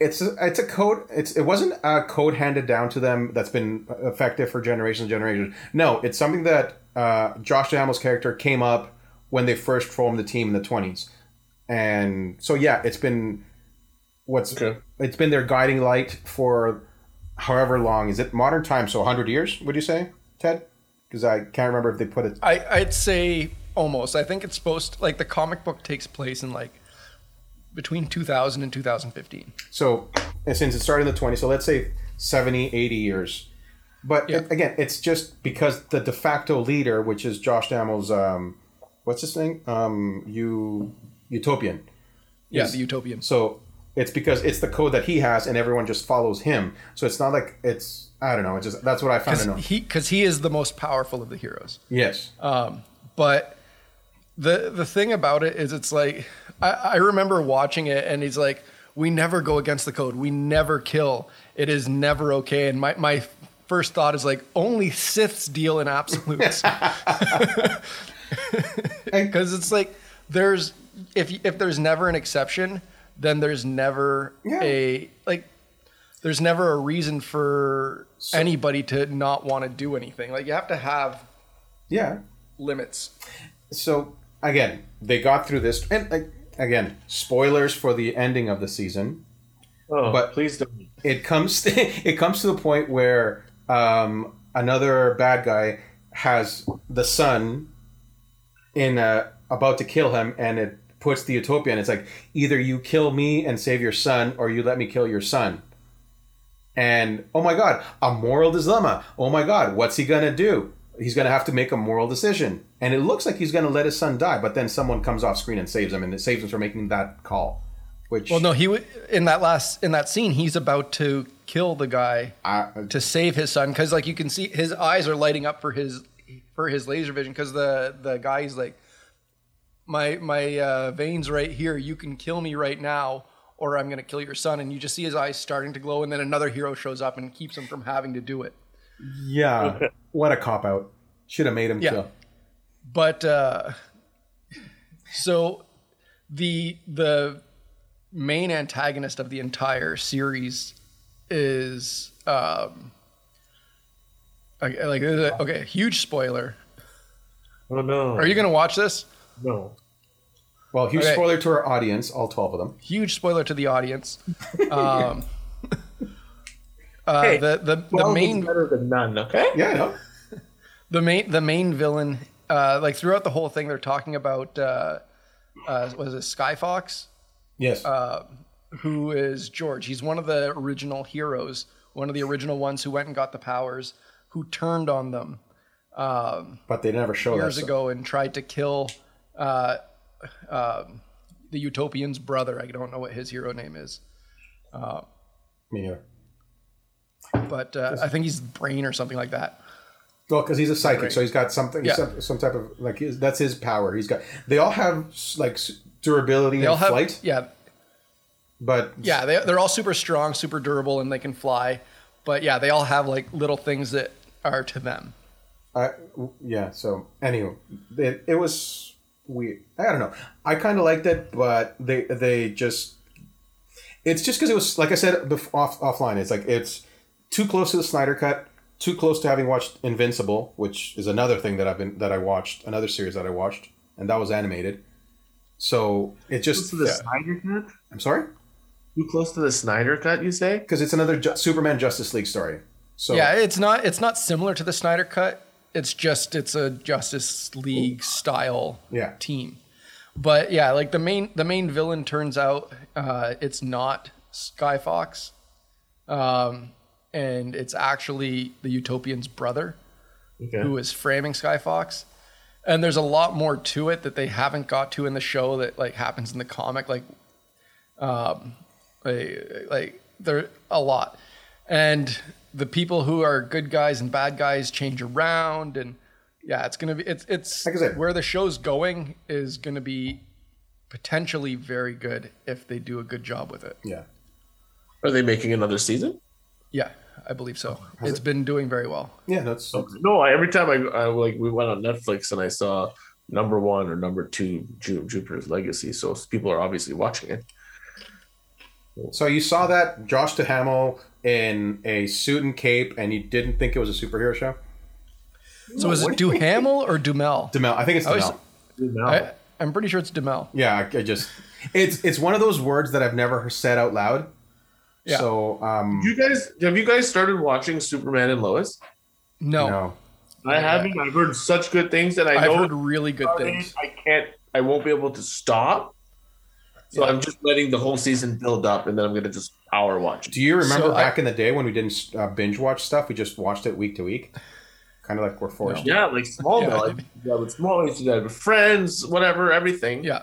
Speaker 2: It's a, it's a code. It's it wasn't a code handed down to them that's been effective for generations and generations. No, it's something that uh, Josh Duhamel's character came up when they first formed the team in the 20s and so yeah it's been what's
Speaker 1: Okay.
Speaker 2: it's been their guiding light for however long is it modern time so 100 years would you say ted because i can't remember if they put it
Speaker 3: I, i'd say almost i think it's supposed like the comic book takes place in like between 2000 and 2015
Speaker 2: so and since it started in the 20s so let's say 70 80 years but
Speaker 3: Yeah.
Speaker 2: it- again it's just because the de facto leader which is josh damel's um, what's his thing? Um, you utopian.
Speaker 3: Yeah, the Utopians.
Speaker 2: So it's because it's the code that he has, and everyone just follows him. So it's not like it's I don't know. It's just that's what I found to know.
Speaker 3: Because he, 'cause he is the most powerful of the heroes.
Speaker 2: yes.
Speaker 3: Uh. but the the thing about it is it's like I, I remember watching it and he's like we never go against the code we never kill it is never okay and my, my first thought is like only siths deal in absolutes because it's like there's if if there's never an exception then there's never
Speaker 2: Yeah.
Speaker 3: a like there's never a reason for anybody to not want to do anything like you have to have
Speaker 2: yeah.
Speaker 3: limits
Speaker 2: so again, they got through this, and like, again, spoilers for the ending of the season.
Speaker 1: Oh,
Speaker 2: But-
Speaker 1: please don't.
Speaker 2: It comes it comes to the point where um, another bad guy has the son in a, about to kill him, and it puts the utopian. It's like either you kill me and save your son, or you let me kill your son. And oh my god, a moral dilemma. Oh my god, what's he gonna do? He's gonna have to make a moral decision. And it looks like he's gonna let his son die, but then someone comes off screen and saves him, and it saves him from making that call. Which
Speaker 3: Well, no, he w- in that last in that scene, he's about to kill the guy
Speaker 2: I,
Speaker 3: to save his son because, like, you can see his eyes are lighting up for his for his laser vision because the the guy is like, my my uh, veins right here. You can kill me right now, or I'm gonna kill your son. And you just see his eyes starting to glow, and then another hero shows up and keeps him from having to do it.
Speaker 2: yeah, what a cop out. Should have made him
Speaker 3: Yeah.
Speaker 2: kill.
Speaker 3: But uh, so the the main antagonist of the entire series is um, okay, like this is a- okay, huge spoiler.
Speaker 1: Oh no.
Speaker 3: Are you gonna watch this?
Speaker 1: no.
Speaker 2: Well, huge
Speaker 3: Okay.
Speaker 2: spoiler to our audience, all twelve of them.
Speaker 3: Huge spoiler to the audience. Um, uh,
Speaker 1: Hey,
Speaker 3: the the, the
Speaker 1: Well,
Speaker 3: main
Speaker 1: it's better than none. Okay.
Speaker 2: Yeah, I know.
Speaker 3: the main the main villain uh, like throughout the whole thing they're talking about uh, uh, was it Sky Fox?
Speaker 2: Yes.
Speaker 3: Uh, who is George. He's one of the original heroes, one of the original ones who went and got the powers, who turned on them
Speaker 2: but they never show
Speaker 3: years
Speaker 2: that.
Speaker 3: ago and tried to kill uh, um the Utopian's brother. I don't know what his hero name is,
Speaker 2: Me neither.
Speaker 3: but uh, I think he's Brain or something like that.
Speaker 2: Well, because he's a psychic, so he's got something,
Speaker 3: Yeah.
Speaker 2: some, some type of like his, that's his power. He's got. They all have s- like s- durability
Speaker 3: They all
Speaker 2: and
Speaker 3: have,
Speaker 2: flight,
Speaker 3: yeah,
Speaker 2: but
Speaker 3: yeah. They, they're all super strong, super durable, and they can fly. But yeah, they all have like little things that are to them.
Speaker 2: I, yeah. So anyway, it, it was weird. I don't know. I kind of liked it, but they they just it's just because it was like I said bef- off offline. It's like it's too close to the Snyder cut, too close to having watched Invincible, which is another thing that I've been that I watched, another series that I watched, and that was animated. So it
Speaker 1: Close
Speaker 2: just
Speaker 1: to the
Speaker 2: yeah.
Speaker 1: Snyder cut.
Speaker 2: I'm sorry.
Speaker 1: You close to the Snyder cut? You say?
Speaker 2: because it's another Ju- Superman Justice League story. So
Speaker 3: Yeah, it's not it's not similar to the Snyder cut. It's just it's a Justice League style
Speaker 2: Yeah.
Speaker 3: team. But yeah, like the main the main villain turns out uh, it's not Sky Fox, um, and it's actually the Utopian's brother
Speaker 1: Okay.
Speaker 3: who is framing Sky Fox. And there's a lot more to it that they haven't got to in the show that like happens in the comic, like, um, like, like there a lot, and the people who are good guys and bad guys change around, and yeah, it's gonna be it's it's
Speaker 2: Like I said-
Speaker 3: where the show's going is gonna be potentially very good if they do a good job with it.
Speaker 2: yeah.
Speaker 1: Are they making another season?
Speaker 3: Yeah, I believe so. It's been doing very well.
Speaker 2: Yeah, that's
Speaker 1: No. I, every time I, I like we went on Netflix and I saw number one or number two Ju- Jupiter's Legacy, so people are obviously watching it.
Speaker 2: so you saw that Josh Duhamel in a suit and cape, and you didn't think it was a superhero show.
Speaker 3: So is it Duhamel or Dumel?
Speaker 2: Demel, I think it's
Speaker 3: I was-
Speaker 2: Demel.
Speaker 1: Now,
Speaker 3: I, I'm pretty sure it's Demel.
Speaker 2: Yeah, I, I just it's it's one of those words that I've never said out loud.
Speaker 3: Yeah.
Speaker 2: So um,
Speaker 1: you guys have you guys started watching Superman and Lois?
Speaker 3: No,
Speaker 2: no,
Speaker 1: I haven't. I've heard such good things, and I
Speaker 3: I've
Speaker 1: know
Speaker 3: heard really good
Speaker 1: started,
Speaker 3: things.
Speaker 1: I can't. I won't be able to stop. So I'm just letting the whole season build up, and then I'm gonna just power watch. it.
Speaker 2: do you remember
Speaker 3: So I-
Speaker 2: back in the day when we didn't uh, binge watch stuff? We just watched it week to week. kind of like we're forced.
Speaker 1: Yeah, like small
Speaker 3: Yeah.
Speaker 1: yeah. Yeah, with small you did that with friends, whatever, everything.
Speaker 3: Yeah.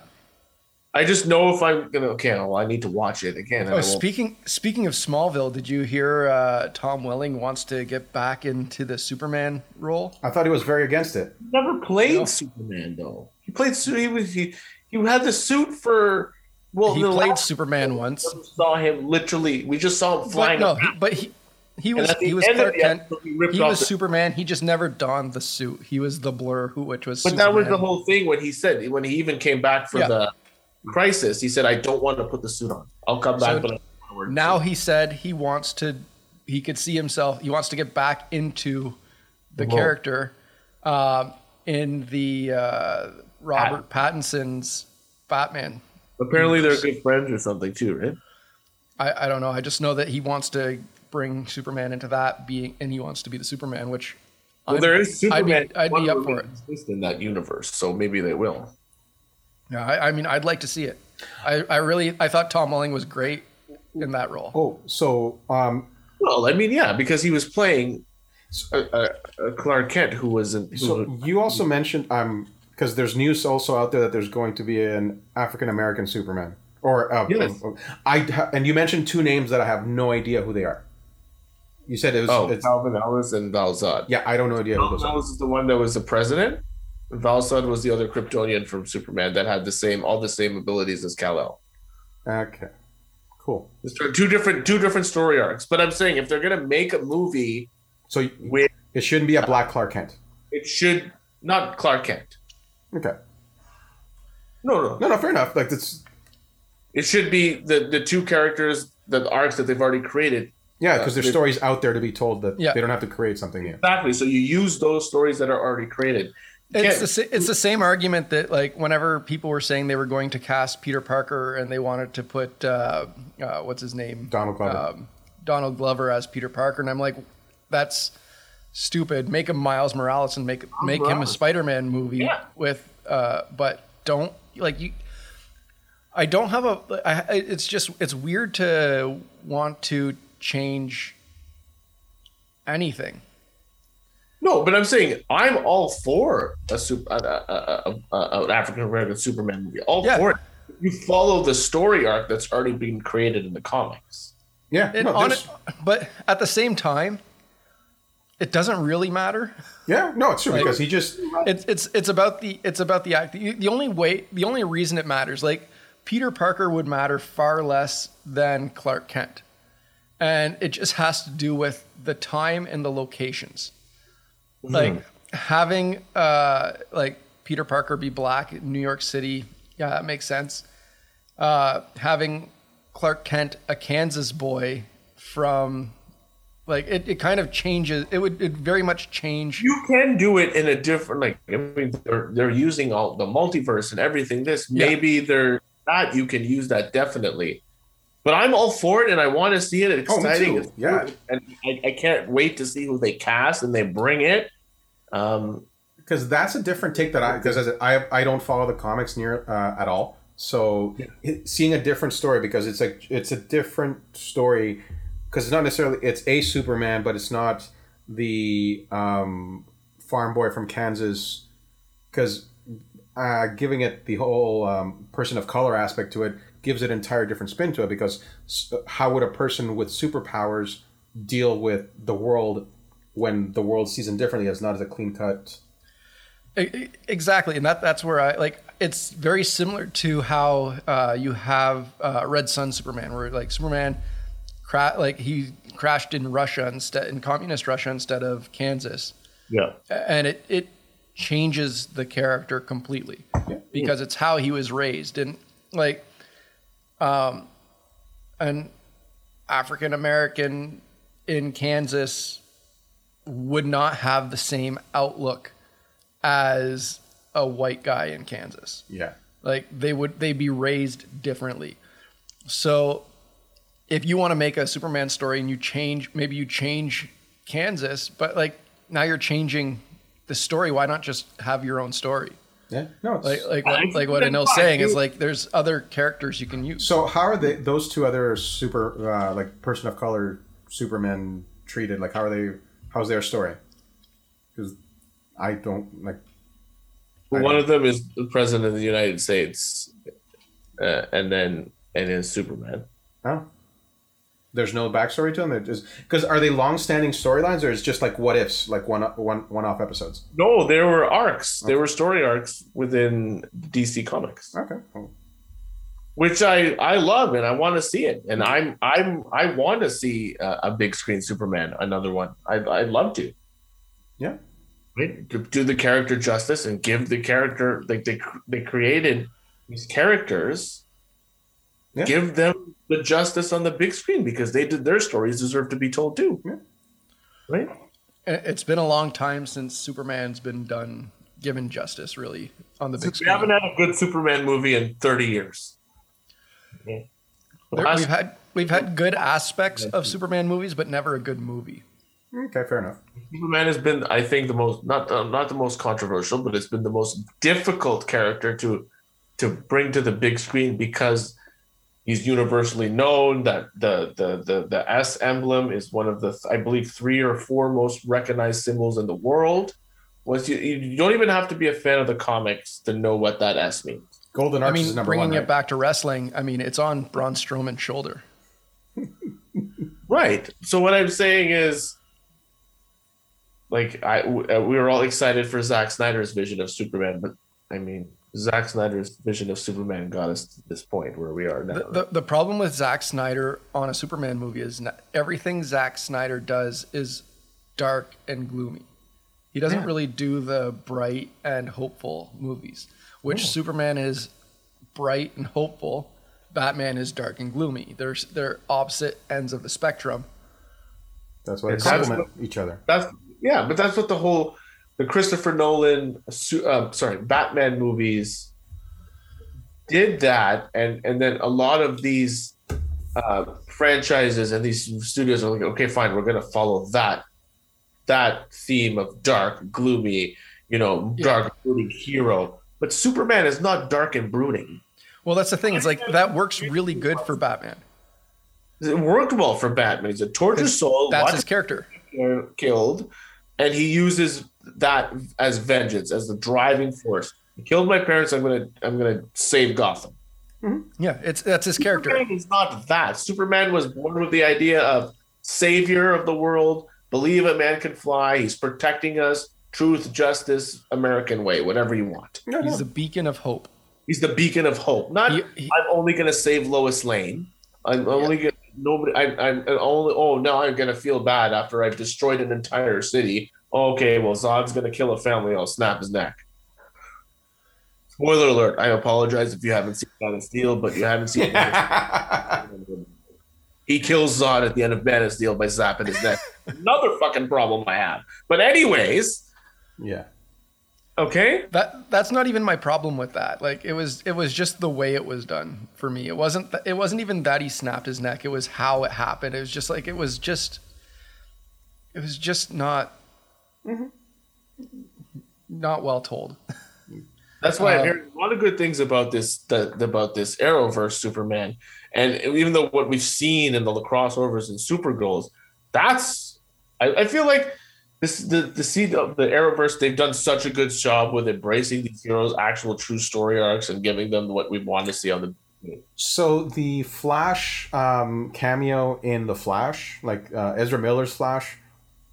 Speaker 1: I just know if I'm gonna okay, well, I need to watch it again. and I
Speaker 3: Oh,
Speaker 1: won't.
Speaker 3: speaking speaking of Smallville, did you hear uh, Tom Welling wants to get back into the Superman role?
Speaker 2: I thought he was very against it.
Speaker 1: He never played
Speaker 3: No.
Speaker 1: Superman though. He played su- he was he, he had the suit for well
Speaker 3: he
Speaker 1: the
Speaker 3: played
Speaker 1: last
Speaker 3: Superman once.
Speaker 1: time we saw him literally we just saw him
Speaker 3: But
Speaker 1: flying
Speaker 3: no,
Speaker 1: around.
Speaker 3: he, but he he
Speaker 1: and
Speaker 3: was
Speaker 1: at the
Speaker 3: he was
Speaker 1: end
Speaker 3: Clark
Speaker 1: of the
Speaker 3: Kent.
Speaker 1: episode, he ripped
Speaker 3: He
Speaker 1: off
Speaker 3: was
Speaker 1: the-
Speaker 3: Superman. He just never donned the suit. He was the blur, who which was.
Speaker 1: But that was the
Speaker 3: Superman.
Speaker 1: whole thing when he said when he even came back for
Speaker 3: Yeah.
Speaker 1: the crisis. He said, "I don't want to put the suit on. I'll come back."
Speaker 3: So
Speaker 1: but I don't want to
Speaker 3: Now
Speaker 1: wear
Speaker 3: he said he wants to. He could see himself. He wants to get back into the
Speaker 1: Whoa.
Speaker 3: character um, in the uh, Robert Pattinson's Batman.
Speaker 1: the suit." apparently they're good friends or something too, right?
Speaker 3: I, I don't know. I just know that he wants to bring Superman into that being, and he wants to be the Superman, which
Speaker 1: Well,
Speaker 3: I'm-
Speaker 1: there is
Speaker 3: I'd be-
Speaker 1: Superman.
Speaker 3: I'd be up for it.
Speaker 1: it in that universe, so maybe they will.
Speaker 3: Yeah, I, I mean, I'd like to see it. I, I really, I thought Tom Welling was great in that role.
Speaker 2: Oh, so um,
Speaker 1: Well, I mean, yeah, because he was playing a, a, a Clark Kent who wasn't. Who,
Speaker 2: so you also mentioned um, because there's news also out there that there's going to be an African American Superman. Or uh,
Speaker 1: Yes.
Speaker 2: I ha- and you mentioned two names that I have no idea who they are. You said it was
Speaker 1: oh,
Speaker 2: it's,
Speaker 1: Calvin Ellis and Valzad.
Speaker 2: yeah I don't know idea who
Speaker 1: Calvin
Speaker 2: those are.
Speaker 1: Ellis is the one that was the president. and Valzad was the other Kryptonian from Superman that had the same, all the same abilities as Kal El.
Speaker 2: Okay, cool.
Speaker 1: It's Two different, two different story arcs. But I'm saying if they're gonna make a movie
Speaker 2: So y-
Speaker 1: with,
Speaker 2: it shouldn't be a black Clark Kent.
Speaker 1: it should not Clark Kent.
Speaker 2: Okay,
Speaker 1: No, no,
Speaker 2: no, no, fair enough. Like that's
Speaker 1: It should be the the two characters, the arcs that they've already created.
Speaker 2: yeah, because there's
Speaker 1: Yeah.
Speaker 2: stories out there to be told that
Speaker 3: Yeah.
Speaker 2: they don't have to create something new.
Speaker 1: Exactly. So you use those stories that are already created. You
Speaker 3: It's
Speaker 1: can't-
Speaker 3: the, sa- it's the same argument that like whenever people were saying they were going to cast Peter Parker and they wanted to put uh, uh, what's his name
Speaker 2: Donald Glover.
Speaker 3: um, Donald Glover as Peter Parker, and I'm like, that's stupid. Make him Miles Morales and make make him a
Speaker 1: Morales.
Speaker 3: Spider-Man movie
Speaker 1: Yeah.
Speaker 3: with, uh, but don't like you. I don't have a. I, I- it's just it's weird to want to change anything.
Speaker 1: No, but I'm saying I'm all for a super, uh, uh, uh, an African American Superman movie. All
Speaker 3: Yeah.
Speaker 1: for it. You follow the story arc that's already been created in the comics.
Speaker 2: Yeah,
Speaker 3: It,
Speaker 2: no,
Speaker 3: on
Speaker 2: there's-
Speaker 3: it, but at the same time, it doesn't really matter.
Speaker 2: yeah, no, it's true because he just
Speaker 3: it's it's it's about the it's about the act. The, the only way, the only reason it matters, like Peter Parker would matter far less than Clark Kent, and it just has to do with the time and the locations. Like having uh like Peter Parker be black in New York City, yeah, that makes sense. Uh, having Clark Kent, a Kansas boy from. Like it, it kind of changes. It would it very much change.
Speaker 1: You can do it in a different like. I mean, they're they're using all the multiverse and everything. This
Speaker 3: Yeah.
Speaker 1: maybe they're not. You can use that definitely. But I'm all for it, and I want to see it. It's
Speaker 2: Oh, me
Speaker 1: exciting.
Speaker 2: too.
Speaker 1: It's
Speaker 2: Yeah.
Speaker 1: good, and I, I can't wait to see who they cast and they bring it. Um,
Speaker 2: because that's a different take that I because as a- I I don't follow the comics near uh, at all. So it- seeing a different story because it's like it's a different story because it's not necessarily it's a Superman, but it's not the um, farm boy from Kansas because uh, giving it the whole um, person of color aspect to it gives it an entire different spin to it because s- how would a person with superpowers deal with the world when the world sees them differently as not as a clean cut
Speaker 3: E- e- Exactly, and that that's where I like. It's very similar to how uh, you have uh, Red Sun Superman, where like Superman, cra- like he crashed in Russia instead in communist Russia instead of Kansas,
Speaker 1: yeah.
Speaker 3: A- and it it changes the character completely because it's how he was raised and like, um, an African American in Kansas would not have the same outlook as a white guy in Kansas.
Speaker 2: yeah
Speaker 3: Like they would they be raised differently. So if you want to make a Superman story and you change maybe you change Kansas, but like now you're changing the story, why not just have your own story?
Speaker 2: yeah no it's-
Speaker 3: Like like
Speaker 1: I
Speaker 3: what,
Speaker 1: think
Speaker 3: like what
Speaker 1: that's
Speaker 3: Anil's
Speaker 1: fine,
Speaker 3: saying is
Speaker 1: dude.
Speaker 3: like there's other characters you can use.
Speaker 2: so how are they those two other super uh, like person of color supermen treated like how are they how's their story 'Cause because I don't like. I
Speaker 1: One
Speaker 2: don't-
Speaker 1: of them is the president of the United States, uh, and then and then Superman.
Speaker 2: Oh. There's no backstory to them. They're just because are they long-standing storylines or is just like what ifs, like one one one-off episodes?
Speaker 1: No, there were arcs. There were story arcs within DC Comics,
Speaker 2: Okay. Well,
Speaker 1: which I I love and I want to see it. And I'm I'm I want to see a, a big screen Superman, another one. I I'd love to.
Speaker 2: Yeah.
Speaker 1: Right? To do the character justice and give the character like they cr- they created these characters.
Speaker 2: Yeah.
Speaker 1: Give them the justice on the big screen because they did their stories deserve to be told too.
Speaker 2: Yeah.
Speaker 1: Right.
Speaker 3: And It's been a long time since Superman's been done, given justice, really, on the big
Speaker 1: We
Speaker 3: screen.
Speaker 1: haven't had a good Superman movie in 30 years.
Speaker 3: There-
Speaker 1: Last-
Speaker 3: we've had we've had good aspects of Superman movies, but never a good movie.
Speaker 2: Okay, fair enough.
Speaker 1: Superman has been, I think, the most not uh, not the most controversial, but it's been the most difficult character to to bring to the big screen because he's universally known. That the the the the S emblem is one of the I believe three or four most recognized symbols in the world. Once you you don't even have to be a fan of the comics to know what that S means.
Speaker 2: Golden
Speaker 3: I
Speaker 2: Arches
Speaker 3: mean,
Speaker 2: is number
Speaker 3: bringing
Speaker 2: one.
Speaker 3: it
Speaker 2: right?
Speaker 3: back to wrestling, I mean, it's on Braun Strowman's shoulder.
Speaker 1: Right. So what I'm saying is, like, I w- uh, we were all excited for Zack Snyder's vision of Superman, but I mean, Zack Snyder's vision of Superman got us to this point where we are now.
Speaker 3: The, the, the problem with Zack Snyder on a Superman movie is not, everything Zack Snyder does is dark and gloomy. He doesn't
Speaker 1: Yeah.
Speaker 3: really do the bright and hopeful movies, which Superman is bright and hopeful. Batman is dark and gloomy. They're, they're opposite ends of the spectrum.
Speaker 2: That's why they
Speaker 1: It's-
Speaker 2: complement each other.
Speaker 1: that's yeah, but that's what the whole the Christopher Nolan, su- uh, sorry, Batman movies did that, and and then a lot of these uh, franchises and these studios are like, okay, fine, we're gonna follow that that theme of dark, gloomy, you know,
Speaker 3: Yeah.
Speaker 1: dark brooding hero. But Superman is not dark and brooding.
Speaker 3: Well, that's the thing. It's like that works really good for Batman.
Speaker 1: It worked well for Batman. He's a tortured soul.
Speaker 3: That's
Speaker 1: watch
Speaker 3: his character.
Speaker 1: are killed, and he uses that as vengeance, as the driving force. I killed my parents. I'm gonna, I'm gonna save Gotham.
Speaker 3: Yeah, it's that's his character.
Speaker 1: Superman is not that. Superman was born with the idea of savior of the world. Believe a man can fly. He's protecting us. Truth, justice, American way, whatever you want.
Speaker 2: No, no.
Speaker 3: He's a beacon of hope.
Speaker 1: He's the beacon of hope. Not
Speaker 3: He- he-
Speaker 1: I'm only gonna save Lois Lane. I'm only gonna nobody. I, I'm I'm only. Oh, now I'm gonna feel bad after I've destroyed an entire city. Okay, well Zod's gonna kill a family. I'll snap his neck. Spoiler alert! I apologize if you haven't seen Man of Steel, but you haven't seen. he kills Zod at the end of Man of Steel by zapping his neck. Another fucking problem I have. But anyways,
Speaker 2: yeah.
Speaker 1: okay.
Speaker 3: That that's not even my problem with that. Like it was it was just the way it was done for me. It wasn't th- it wasn't even that he snapped his neck. It was how it happened. It was just like it was just it was just not not well told.
Speaker 1: That's why
Speaker 3: Uh,
Speaker 1: I'm hearing a lot of good things about this the, about this Arrowverse Superman, and even though what we've seen in the crossovers and Supergirls, that's I, I feel like this the the seed of the Arrowverse they've done such a good job with embracing these heroes' actual true story arcs and giving them what we want to see on the
Speaker 2: So the Flash um, cameo in the Flash, like uh, Ezra Miller's Flash,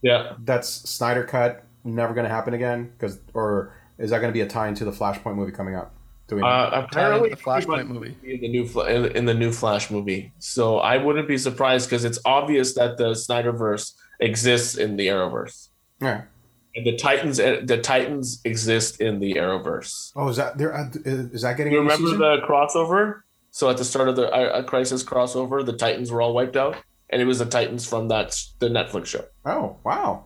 Speaker 1: yeah
Speaker 2: that's Snyder cut. Never going to happen again. Because or is that going to be a tie into the Flashpoint movie coming up? Do we know?
Speaker 1: uh,
Speaker 3: Tied
Speaker 1: apparently
Speaker 3: into the Flashpoint movie.
Speaker 1: in the new Fla- in, in the new Flash movie. So I wouldn't be surprised because it's obvious that the Snyderverse exists in the Arrowverse.
Speaker 2: yeah.
Speaker 1: And the Titans, eh, the Titans exist in the Arrowverse.
Speaker 2: Oh, is that there? Uh, is that getting?
Speaker 1: You
Speaker 2: a new
Speaker 1: remember
Speaker 2: season?
Speaker 1: the crossover? So at the start of the uh, uh, Crisis crossover, the Titans were all wiped out, and it was the Titans from that s- the Netflix show.
Speaker 2: Oh wow.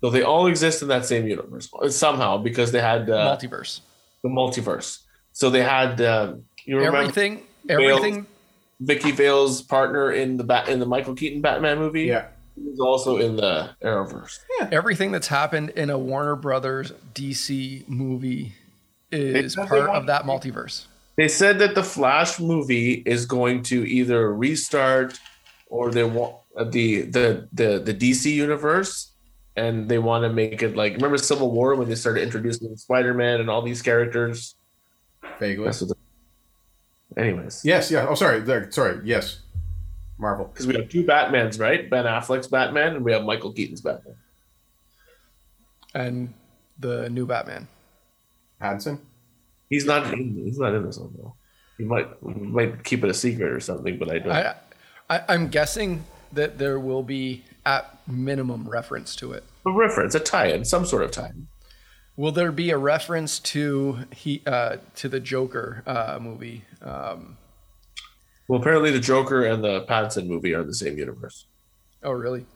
Speaker 1: So they all exist in that same universe somehow because they had uh,
Speaker 3: Multiverse.
Speaker 1: the multiverse. So they had uh, you remember
Speaker 3: Everything everything
Speaker 1: Vicky Vale's partner in the bat in the Michael Keaton Batman movie.
Speaker 2: Yeah.
Speaker 1: he was also in the Arrowverse.
Speaker 3: everything that's happened in a Warner Brothers DC movie is
Speaker 1: said they
Speaker 3: part
Speaker 1: want-
Speaker 3: of that multiverse.
Speaker 1: They said that the Flash movie is going to either uh, restart or they want the the the the DC universe and they want to make it like remember Civil War when they started introducing Spider Man and all these characters.
Speaker 2: Vaguely.
Speaker 1: That's what they're- Anyways,
Speaker 2: Yes. Yeah. Oh, sorry. There. Sorry. Yes. Marvel.
Speaker 1: because we have two Batmans, right? Ben Affleck's Batman, and we have Michael Keaton's Batman.
Speaker 3: and the new Batman.
Speaker 2: Pattinson.
Speaker 1: He's not. He's not in this one though. He might we might keep it a secret or something, but I don't.
Speaker 3: I, I I'm guessing that there will be at minimum reference to it.
Speaker 1: a reference, a tie-in, some sort of tie-in.
Speaker 3: Will there be a reference to he uh, to the Joker uh, movie? Um,
Speaker 1: Well, apparently the Joker and the Pattinson movie are in the same universe.
Speaker 3: oh, really?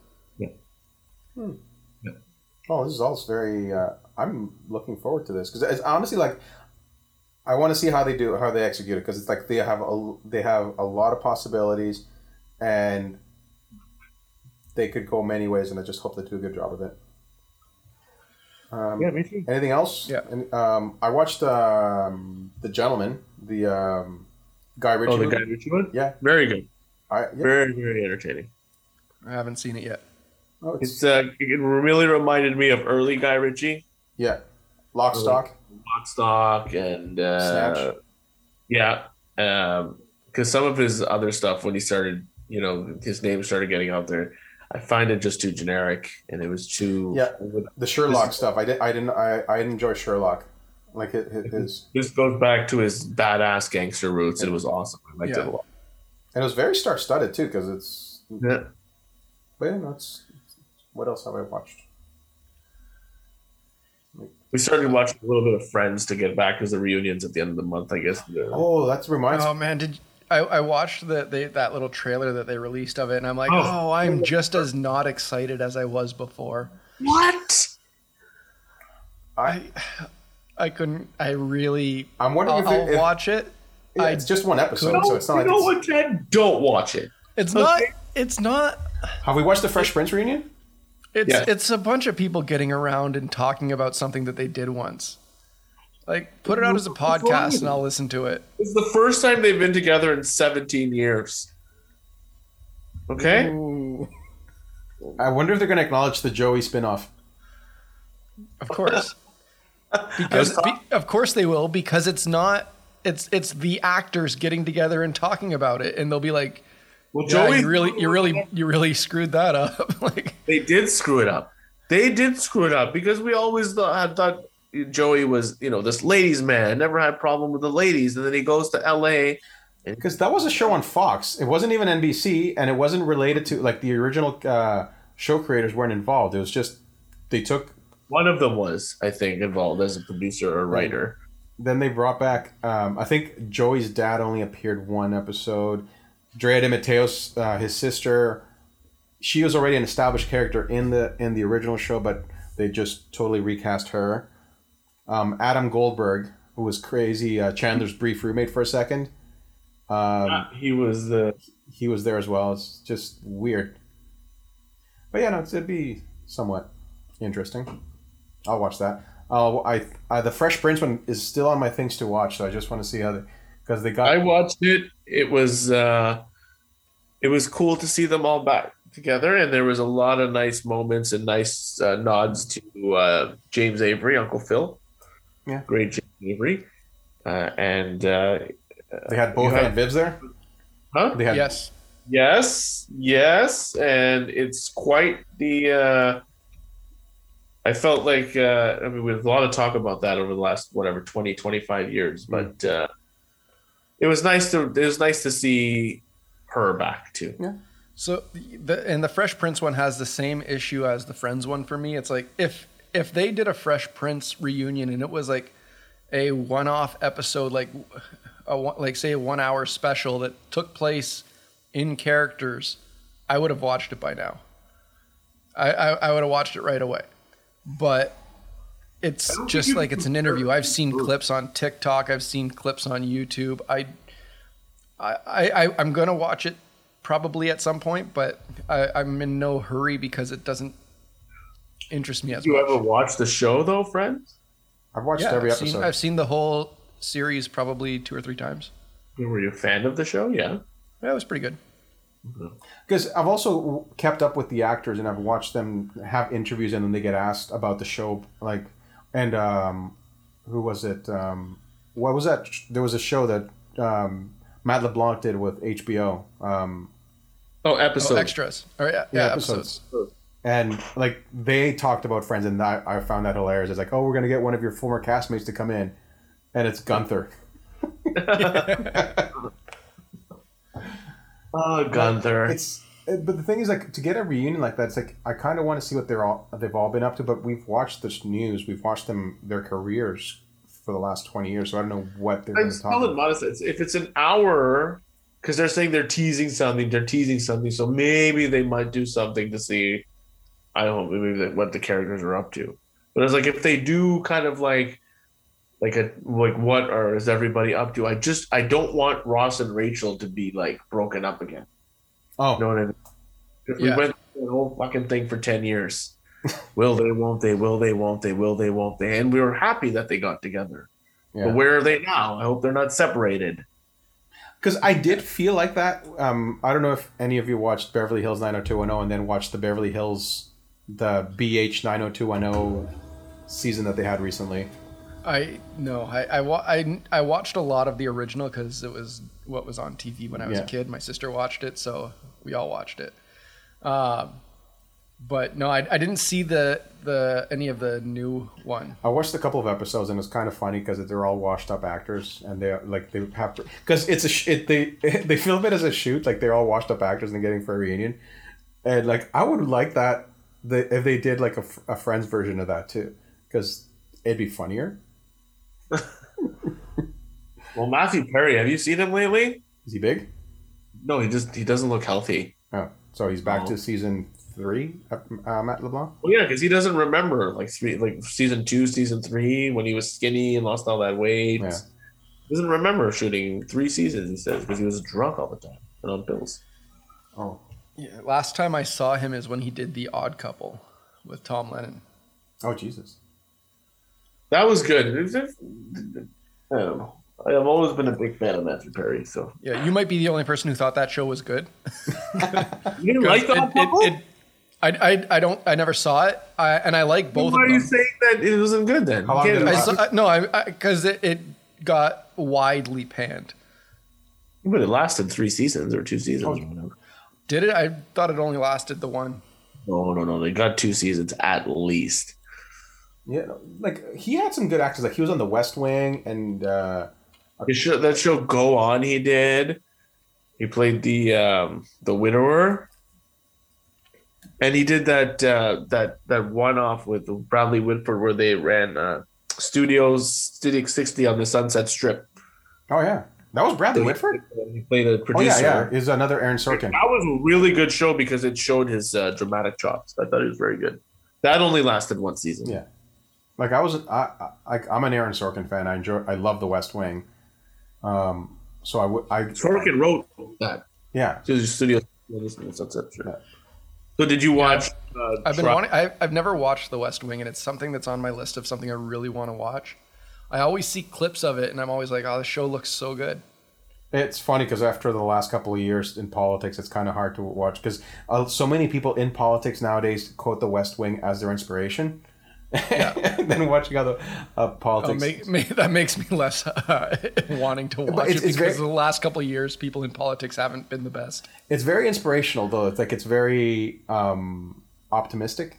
Speaker 2: Oh, this is all very. Uh, I'm looking forward to this because it's honestly like, I want to see how they do how they execute it because it's like they have a they have a lot of possibilities, and they could go many ways, and I just hope they do a good job of it. Um,
Speaker 1: me too.
Speaker 2: Anything else?
Speaker 3: Yeah.
Speaker 2: And, um, I watched um, the gentleman, the um, Guy Ritchie.
Speaker 1: Oh, the
Speaker 2: movie.
Speaker 1: Guy Ritchie one.
Speaker 2: Yeah.
Speaker 1: Very good.
Speaker 2: I, yeah.
Speaker 1: Very very entertaining.
Speaker 3: I haven't seen it yet.
Speaker 2: Oh, it's,
Speaker 1: It's uh, it really reminded me of early Guy Ritchie,
Speaker 2: yeah. Lock, stock.
Speaker 1: Lockstock, and uh,
Speaker 2: Snatch.
Speaker 1: Yeah, because some of his other stuff when he started, you know, his name started getting out there. I find it just too generic, and it was too
Speaker 2: Yeah. The Sherlock stuff. I did. I didn't. I, I enjoy Sherlock. Like it, it is,
Speaker 1: This goes back to his badass gangster roots. It was awesome. I liked
Speaker 3: Yeah.
Speaker 1: it a lot.
Speaker 2: and it was very star studded too, because it's.
Speaker 1: Yeah.
Speaker 2: But yeah, no, it's, what else have I watched?
Speaker 1: We started watching a little bit of Friends to get back because the reunions at the end of the month, I guess.
Speaker 2: Oh, that reminds.
Speaker 3: Oh man, did I, I watched the, they, that little trailer that they released of it, and I'm like,
Speaker 1: Oh.
Speaker 3: oh, I'm just as not excited as I was before.
Speaker 1: What?
Speaker 2: I
Speaker 3: I couldn't. I really.
Speaker 2: I'm wondering if,
Speaker 3: I'll,
Speaker 2: it,
Speaker 3: I'll
Speaker 2: if
Speaker 3: watch it.
Speaker 2: yeah, it's just one episode,
Speaker 1: No,
Speaker 2: so it's not
Speaker 1: you know
Speaker 2: like.
Speaker 1: what, Ted? Don't watch it.
Speaker 3: It's
Speaker 1: Okay.
Speaker 3: not. It's not.
Speaker 2: It's, have we watched the Fresh Prince reunion?
Speaker 3: It's
Speaker 1: Yeah.
Speaker 3: it's a bunch of people getting around and talking about something that they did once. Like put it out as a
Speaker 1: What's wrong
Speaker 3: podcast
Speaker 1: with
Speaker 3: and I'll listen to it.
Speaker 1: It's the first time they've been together in 17 years. Okay?
Speaker 2: Mm,
Speaker 3: Ooh.
Speaker 2: I wonder if they're going to acknowledge the Joey spinoff.
Speaker 3: Of course.
Speaker 1: was
Speaker 3: Because be, of course they will because it's not it's it's the actors getting together and talking about it and theyll be like
Speaker 1: Well,
Speaker 3: yeah, you really you really you really screwed that up like
Speaker 1: They did screw it up. They did screw it up because we always thought, had thought Joey was, you know, this ladies' man, never had a problem with the ladies. And then he goes to LA.
Speaker 2: Because that was a show on Fox. It wasn't even NBC, and it wasn't related to like the original uh, show creators weren't involved. It was just they took.
Speaker 1: One of them was, I think, involved as a producer or writer.
Speaker 2: Then they brought back. Um, I think Joey's dad only appeared one episode. Drea De Mateos, uh, his sister, she was already an established character in the in the original show, but they just totally recast her. Um, Adam Goldberg, who was crazy uh, Chandler's brief roommate for a second, um,
Speaker 1: He was the.
Speaker 2: he was there as well. It's just weird. But yeah, no, it's- it'd be somewhat interesting. I'll watch that. Uh, I, I the Fresh Prince one is still on my things to watch, so I just want to see how they because they got
Speaker 1: I watched it. It was uh, it was cool to see them all back together, and there was a lot of nice moments and nice uh, nods to uh, James Avery, Uncle Phil.
Speaker 2: Yeah.
Speaker 1: great James Avery, uh, and uh,
Speaker 2: they had both
Speaker 1: you have-
Speaker 2: Van Vibs there.
Speaker 1: huh?
Speaker 2: They had
Speaker 3: yes
Speaker 1: Yes, yes, and it's quite the. Uh, I felt like uh, I mean, we had a lot of talk about that over the last whatever 20, 25 years, but uh, it was nice to it was nice to see her back too.
Speaker 3: So the and the Fresh Prince one has the same issue as the Friends one for me. It's like if if they did a Fresh Prince reunion and it was like a one-off episode, like a one- like say a one-hour special that took place in characters, I would have watched it by now. I I, I would have watched it right away, but. It's just like it's an interview. I've seen clips on TikTok. I've seen clips on YouTube. I, I, I, I- I'm gonna watch it probably at some point, but I, I'm in no hurry because it doesn't interest me as
Speaker 1: Did you
Speaker 3: much.
Speaker 1: ever watch the show though, friends?
Speaker 2: I've watched
Speaker 3: Yeah,
Speaker 2: every
Speaker 3: I've
Speaker 2: episode.
Speaker 3: seen, I've seen the whole series probably two or three times.
Speaker 1: Were you a fan of the show? Yeah.
Speaker 3: Yeah, it was pretty good.
Speaker 2: Because I've also kept up with the actors and I've watched them have interviews and then they get asked about the show. Like, and um, who was it? Um, what was that? There was a show that um, Matt LeBlanc did with HBO. Um,
Speaker 1: Oh,
Speaker 3: So
Speaker 1: episode.
Speaker 3: extras. Or yeah, yeah, episodes.
Speaker 2: And like they talked about Friends, and I, I found that hilarious. It's like, oh, we're gonna get one of your former castmates to come in, and it's Gunther.
Speaker 1: Oh, Gunther.
Speaker 2: It's eh, but the thing is like to get a reunion like that. It's like I kind of want to see what they're all they've all been up to. But we've watched this news. We've watched them their careers for the last twenty years. So I don't know what they're
Speaker 1: I'm
Speaker 2: going to talk
Speaker 1: still in
Speaker 2: about.
Speaker 1: modest. It's, if it's an hour, because they're saying they're teasing something, they're teasing something, so maybe they might do something to see. I don't know, maybe that- what the characters are up to. But it's like if they do kind of like, like a like what are is everybody up to? I just I don't want Ross and Rachel to be like broken up again.
Speaker 2: Oh,
Speaker 1: You know what I mean? If we
Speaker 3: Yeah.
Speaker 1: went through the whole fucking thing for ten years. will they? Won't they? Will they? Won't they? Will they? Won't they? And we were happy that they got together. But
Speaker 2: yeah.
Speaker 1: where are they now? I hope they're not separated.
Speaker 2: Because I did feel like that. Um, I don't know if any of you watched Beverly Hills 90210 and then watched the Beverly Hills, the BH 90210 season that they had recently.
Speaker 3: I no, I I, wa- I I watched a lot of the original because it was what was on TV when I was
Speaker 2: Yeah.
Speaker 3: a kid. My sister watched it, so we all watched it. Um, but no, I, I didn't see the the any of the new one.
Speaker 2: I watched a couple of episodes and it's kind of funny because they're all washed up actors and they like they have because it's a sh- it, they they film it as a shoot like they're all washed up actors and they're getting for a reunion and like I would like that the, if they did like a, f- a Friends version of that too because it'd be funnier.
Speaker 1: Well, Matthew Perry, have you seen him lately?
Speaker 2: Is he big?
Speaker 1: No, he just he doesn't look healthy.
Speaker 2: Oh, so he's back
Speaker 1: Oh.
Speaker 2: to season three, uh, uh, Matt LeBlanc.
Speaker 1: Well, yeah, because he doesn't remember like three, like season two, season three, when he was skinny and lost all that weight.
Speaker 2: Yeah.
Speaker 1: He doesn't remember shooting three seasons. He says because he was drunk all the time and on pills.
Speaker 2: Oh,
Speaker 3: Yeah, last time I saw him is when he did the Odd Couple with Tom Lennon.
Speaker 2: oh Jesus!
Speaker 1: That was good. It was- it- I don't know. I've always been a big fan of Matthew Perry, so
Speaker 3: Yeah, you might be the only person who thought that show was good.
Speaker 1: you didn't like
Speaker 3: It-
Speaker 1: that.
Speaker 3: it- it- I, I, I don't I never saw it. I, and I like both
Speaker 1: Why
Speaker 3: of
Speaker 1: are you
Speaker 3: them.
Speaker 1: saying that it wasn't good then?
Speaker 2: How long
Speaker 1: You can't-
Speaker 2: did it
Speaker 3: I
Speaker 2: last?
Speaker 3: saw, no, I because it, it got widely panned.
Speaker 1: but it lasted three seasons or two seasons. or whatever.
Speaker 3: Did it? I thought it only lasted the one.
Speaker 1: No, no, no. They got two seasons at least.
Speaker 2: Yeah, no, like he had some good actors. Like he was on The West Wing, and uh,
Speaker 1: His show, that show Go On he did. He played the um the widower. And he did that uh that that one off with Bradley Whitford where they ran uh Studios Studio 60 on the Sunset Strip.
Speaker 2: oh yeah, that was Bradley Whitford.
Speaker 1: He played a
Speaker 2: Oh
Speaker 1: producer.
Speaker 2: yeah, yeah, is another Aaron Sorkin.
Speaker 1: That was a really good show because it showed his uh, dramatic chops. I thought he was very good. That only lasted one season.
Speaker 2: Yeah. Like I was, I, I, I'm an Aaron Sorkin fan. I enjoy, I love The West Wing. Um, so I would, I
Speaker 1: Sorkin wrote that.
Speaker 2: yeah,
Speaker 1: Studio Studio on the Sunset Strip. So did you watch? Uh,
Speaker 3: I've been
Speaker 1: Tri-
Speaker 3: wanting. I've, I've never watched The West Wing, and it's something that's on my list of something I really want to watch. I always see clips of it, and I'm always like, "Oh, the show looks so good."
Speaker 2: It's funny because after the last couple of years in politics, it's kind of hard to watch because uh, so many people in politics nowadays quote the West Wing as their inspiration. and then watching other uh,
Speaker 3: Oh,
Speaker 2: politics.
Speaker 3: make, make, that makes me less uh, wanting to
Speaker 2: it's-
Speaker 3: watch it
Speaker 2: it's
Speaker 3: because
Speaker 2: very-
Speaker 3: the last couple of years, people in politics haven't been the best.
Speaker 2: it's very inspirational though. It's like it's very um, optimistic,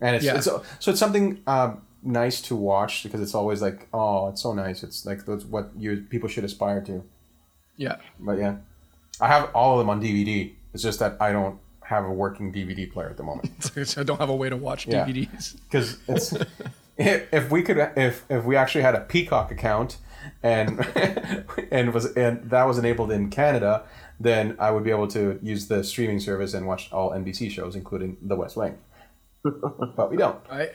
Speaker 2: and it's,
Speaker 3: Yeah.
Speaker 2: it's so it's something um, nice to watch because it's always like oh, it's so nice. It's like that's what you people should aspire to.
Speaker 3: Yeah,
Speaker 2: But yeah, I have all of them on DVD. It's just that I don't have a working DVD player at the moment.
Speaker 3: so I don't have a way to watch
Speaker 2: Yeah.
Speaker 3: DVDs.
Speaker 2: because it's if, if we could if if we actually had a peacock account and and was and that was enabled in canada then i would be able to use the streaming service and watch all nbc shows including the west wing but we don't
Speaker 3: I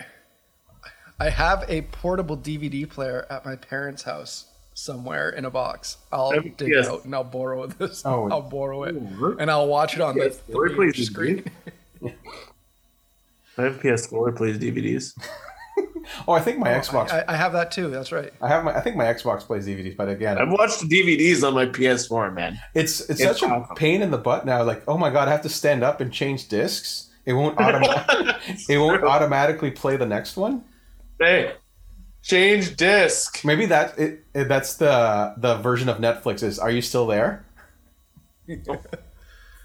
Speaker 3: I have a portable DVD player at my parents' house somewhere in a box. I'll
Speaker 1: Um,
Speaker 3: dig
Speaker 1: yes.
Speaker 3: it out and I'll borrow this.
Speaker 2: Oh.
Speaker 3: I'll borrow it
Speaker 1: Mhm.
Speaker 3: and I'll watch it on
Speaker 1: Yes,
Speaker 3: the,
Speaker 1: very
Speaker 3: the
Speaker 1: pleased
Speaker 3: huge
Speaker 1: with you.
Speaker 3: screen.
Speaker 1: I have PS4 that plays DVDs.
Speaker 2: Oh, I think my Xbox. I,
Speaker 3: I, I have that too. That's right.
Speaker 2: have my. I think my Xbox plays DVDs, but again,
Speaker 1: I've watched the DVDs on my PS4, man.
Speaker 2: it's it's,
Speaker 1: it's
Speaker 2: such a
Speaker 1: awesome.
Speaker 2: pain in the butt now. Like, oh my god, I have to stand up and change discs. It won't automatic. it won't automatically play the next one.
Speaker 1: Hey, change disc.
Speaker 2: Maybe that it, it- that's the the version of Netflix is. Are you still there?
Speaker 1: The,